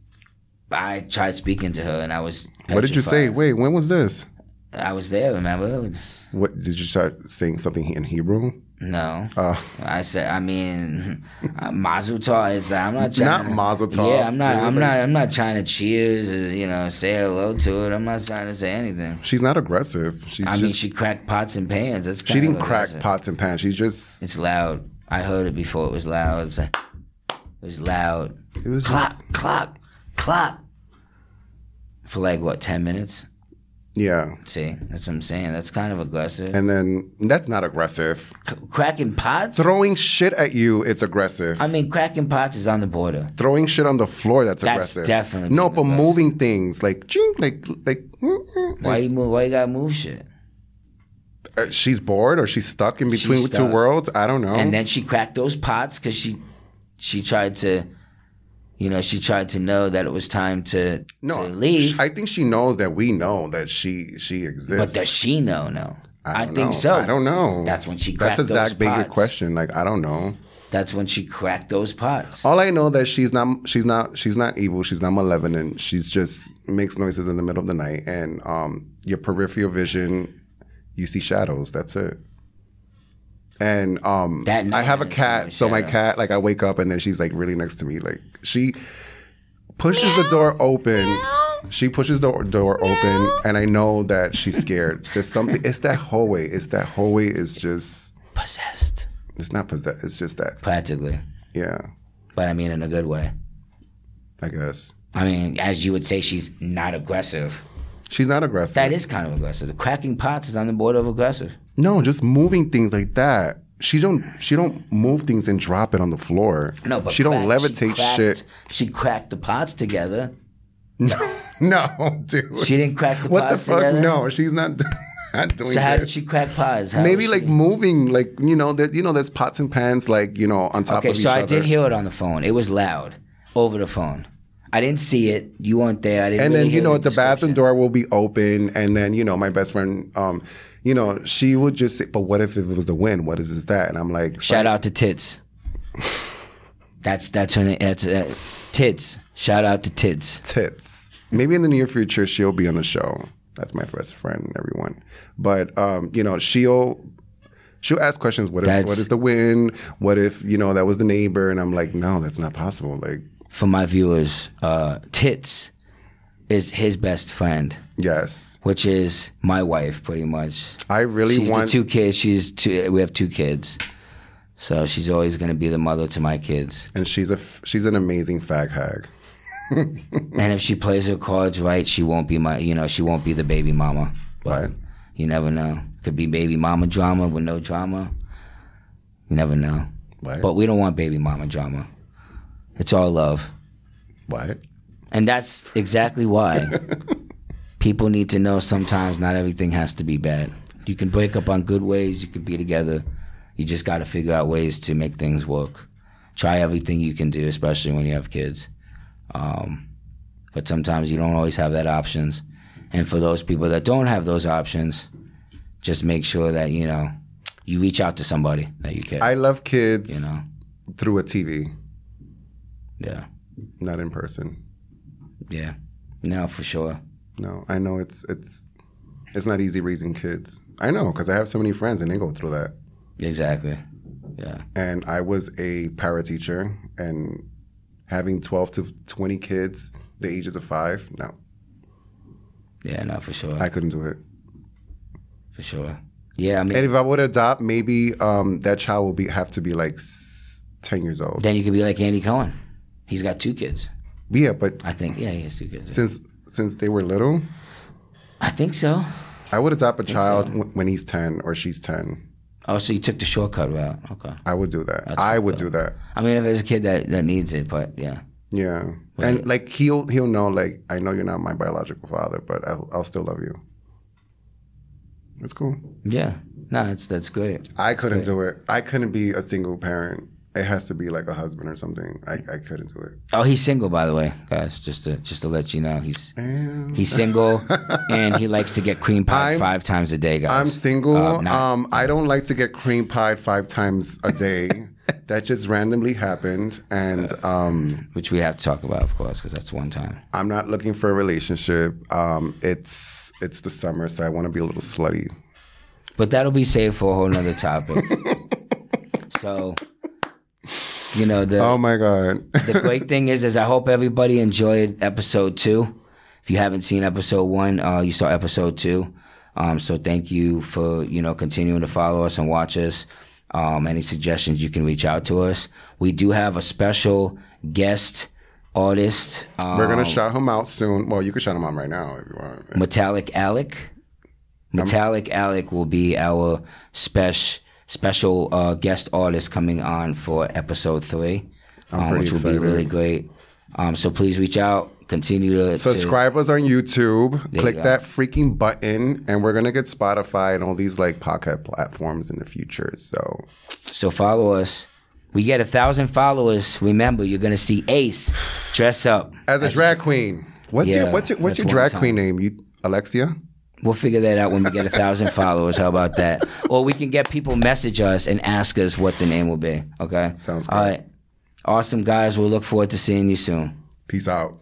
Speaker 1: I tried speaking to her, and I was.
Speaker 2: What did you say?
Speaker 1: petrified.
Speaker 2: Wait, when was this?
Speaker 1: I was there. Remember? It was-
Speaker 2: What did you start saying something in Hebrew?
Speaker 1: no.
Speaker 2: Uh,
Speaker 1: I said, I mean, uh, Mazel Tov. It's, I'm not
Speaker 2: Not
Speaker 1: trying.
Speaker 2: Mazel Tov,
Speaker 1: Yeah, I'm not. I'm
Speaker 2: dude.
Speaker 1: not. I'm not trying to cheers. uh, You know, say hello to it. I'm not trying to say anything.
Speaker 2: she's not aggressive. She's
Speaker 1: I
Speaker 2: just
Speaker 1: mean,
Speaker 2: she,
Speaker 1: she cracked pots and pans. That's kind
Speaker 2: didn't
Speaker 1: of
Speaker 2: crack
Speaker 1: aggressive.
Speaker 2: pots and pans. She just
Speaker 1: It's loud. I heard it before. It was loud. It was, like, it was loud.
Speaker 2: it was
Speaker 1: Clock,
Speaker 2: just
Speaker 1: clock, clock. For like what, ten minutes?
Speaker 2: yeah.
Speaker 1: See, that's what I'm saying. That's kind of aggressive.
Speaker 2: And then that's not aggressive.
Speaker 1: C- cracking pots.
Speaker 2: Throwing shit at you, it's aggressive.
Speaker 1: I mean, cracking pots is on the border.
Speaker 2: throwing shit on the floor that's,
Speaker 1: That's
Speaker 2: aggressive.
Speaker 1: definitely
Speaker 2: no,
Speaker 1: being
Speaker 2: but
Speaker 1: aggressive.
Speaker 2: moving things like ching, like like. mm, mm,
Speaker 1: Why you move? Why you gotta move shit?
Speaker 2: uh, She's bored or she's stuck in between
Speaker 1: She's
Speaker 2: two
Speaker 1: stuck.
Speaker 2: worlds. I don't know.
Speaker 1: And then she cracked those pots because she she tried to, you know, she tried to know that it was time to
Speaker 2: no,
Speaker 1: to leave.
Speaker 2: sh- I think she knows that we know that she she
Speaker 1: but
Speaker 2: exists.
Speaker 1: does she know? No, I,
Speaker 2: don't
Speaker 1: think
Speaker 2: know.
Speaker 1: so.
Speaker 2: I don't know.
Speaker 1: That's when she cracked
Speaker 2: That's a Zach
Speaker 1: those
Speaker 2: Baker
Speaker 1: pots.
Speaker 2: question. Like I don't know.
Speaker 1: That's when she cracked those pots.
Speaker 2: All I know that she's not she's not she's not evil. She's not malevolent. She's just makes noises in the middle of the night. And um, your peripheral vision, you see shadows. That's it. And um,
Speaker 1: That night
Speaker 2: I have
Speaker 1: I
Speaker 2: a
Speaker 1: didn't see no
Speaker 2: cat, so my
Speaker 1: shadow.
Speaker 2: cat like I wake up and then she's like really next to me. Like she pushes the door open. She pushes the door open, and I know that she's scared. There's something. It's that hallway. It's that hallway. Is just.
Speaker 1: Possessed,
Speaker 2: It's not possessed. It's just that.
Speaker 1: practically,
Speaker 2: Yeah,
Speaker 1: but I mean in a good way.
Speaker 2: I guess.
Speaker 1: I mean, as you would say, she's not aggressive.
Speaker 2: She's not aggressive.
Speaker 1: That is kind of aggressive. The cracking pots is on the border of aggressive.
Speaker 2: No, just moving things like that. She don't she don't move things and drop it on the floor.
Speaker 1: No, but
Speaker 2: she don't
Speaker 1: crack-
Speaker 2: levitate
Speaker 1: she cracked-
Speaker 2: shit.
Speaker 1: She cracked the pots together.
Speaker 2: No, dude.
Speaker 1: She didn't crack the
Speaker 2: what the
Speaker 1: pots
Speaker 2: fuck?
Speaker 1: together.
Speaker 2: No, she's not, not doing
Speaker 1: So how
Speaker 2: that.
Speaker 1: did she crack pots? How
Speaker 2: Maybe
Speaker 1: was
Speaker 2: like
Speaker 1: she-
Speaker 2: moving, like you know that you know there's pots and pans like you know on top
Speaker 1: Okay,
Speaker 2: of each
Speaker 1: so I
Speaker 2: other.
Speaker 1: did hear it on the phone. It was loud over the phone. I didn't see it. You weren't there. I didn't.
Speaker 2: and
Speaker 1: really
Speaker 2: then you
Speaker 1: hear
Speaker 2: know the bathroom
Speaker 1: description.
Speaker 2: door will be open, and then you know my best friend, um, you know she would just say, "But what if it was the wind? What is this that?" And I'm like,
Speaker 1: Shout out to tits. That's that's her name. That's uh, tits. Shout out to tits.
Speaker 2: tits. Maybe in the near future she'll be on the show. That's my first friend, and everyone. But um, you know, she'll she'll ask questions. What if,
Speaker 1: That's-
Speaker 2: what is the win? What if you know that was the neighbor? And I'm like, no, that's not possible. Like,
Speaker 1: For my viewers, uh, tits is his best friend,
Speaker 2: yes,
Speaker 1: which is my wife, pretty much.
Speaker 2: I really
Speaker 1: She's
Speaker 2: want.
Speaker 1: the two kids. She's two. We have two kids, so she's always gonna be the mother to my kids.
Speaker 2: and she's a f- she's an amazing fag hag.
Speaker 1: And if she plays her cards right, she won't be my. You know, she won't be the baby mama. But
Speaker 2: Right.
Speaker 1: you never know. Could be baby mama drama with no drama. You never know.
Speaker 2: What?
Speaker 1: But we don't want baby mama drama. It's all love.
Speaker 2: What?
Speaker 1: And that's exactly why people need to know sometimes not everything has to be bad. You can break up on good ways, you can be together. You just got to figure out ways to make things work. Try everything you can do, especially when you have kids. Um, but sometimes you don't always have that options. And for those people that don't have those options, just make sure that, you know, you reach out to somebody that you care.
Speaker 2: I love
Speaker 1: you
Speaker 2: kids
Speaker 1: know?
Speaker 2: through a TV,
Speaker 1: Yeah.
Speaker 2: not in person.
Speaker 1: Yeah. No, for sure.
Speaker 2: No, I know it's it's it's not easy raising kids. I know because I have so many friends and they go through that.
Speaker 1: Exactly. Yeah.
Speaker 2: And I was a para teacher, and having twelve to twenty kids the ages of five. No,
Speaker 1: Yeah, no, for sure.
Speaker 2: I couldn't do it.
Speaker 1: for sure. Yeah, I mean,
Speaker 2: And if I would adopt, maybe um, that child will be have to be like s- ten years old.
Speaker 1: then you could be like Andy Cohen. He's got two kids.
Speaker 2: Yeah, but
Speaker 1: I think. Yeah, he has two kids.
Speaker 2: since since they were little,
Speaker 1: I think so.
Speaker 2: I would adopt a child wh- when he's ten or she's ten.
Speaker 1: Oh, so you took the shortcut route. Okay.
Speaker 2: I would do that. I would do that.
Speaker 1: I mean, if there's a kid that, that needs it, but yeah.
Speaker 2: Yeah, and like he'll he'll know like I know you're not my biological father, but I'll, I'll still love you. It's cool.
Speaker 1: Yeah. No, that's, that's great.
Speaker 2: I couldn't do it. I couldn't be a single parent. It has to be like a husband or something. I, I couldn't do it.
Speaker 1: Oh, he's single, by the way, guys. Just to just to let you know, he's
Speaker 2: Damn.
Speaker 1: he's single, and he likes to get cream pie
Speaker 2: I'm-
Speaker 1: five times a day, guys.
Speaker 2: I'm single.
Speaker 1: Uh, nah.
Speaker 2: um, I don't like to get cream pie five times a day. that just randomly happened, and um,
Speaker 1: which we have to talk about, of course, because that's one time.
Speaker 2: I'm not looking for a relationship. Um, it's it's the summer, so I want to be a little slutty.
Speaker 1: But that'll be saved for a whole nother topic. so, you know, the,
Speaker 2: Oh my god.
Speaker 1: the great thing is, is I hope everybody enjoyed episode two. If you haven't seen episode one, uh, you saw episode two. Um, so thank you for you know continuing to follow us and watch us. Um, any suggestions, you can reach out to us. We do have a special guest artist, um,
Speaker 2: We're gonna shout him out soon. Well, you can shout him out right now if you want.
Speaker 1: Metallic Alec. Metallic Alec will be our special special uh, guest artist coming on for episode three, um,
Speaker 2: pretty
Speaker 1: which will be
Speaker 2: excited.
Speaker 1: really great. Um, so please reach out. Continue to to-
Speaker 2: Subscribe us on YouTube. click
Speaker 1: go.
Speaker 2: that freaking button, and we're gonna get Spotify and all these like podcast platforms in the future. So
Speaker 1: So follow us. We get a thousand followers. Remember, you're gonna see Ace dress up.
Speaker 2: as a drag queen, what's
Speaker 1: Yeah,
Speaker 2: your what's your, what's
Speaker 1: that's
Speaker 2: your
Speaker 1: one
Speaker 2: drag
Speaker 1: time.
Speaker 2: queen name? You Alexia?
Speaker 1: We'll figure that out when we get a thousand followers. How about that? Or we can get people message us and ask us what the name will be. Okay.
Speaker 2: Sounds
Speaker 1: All
Speaker 2: good.
Speaker 1: right. Awesome guys. We'll look forward to seeing you soon.
Speaker 2: Peace out.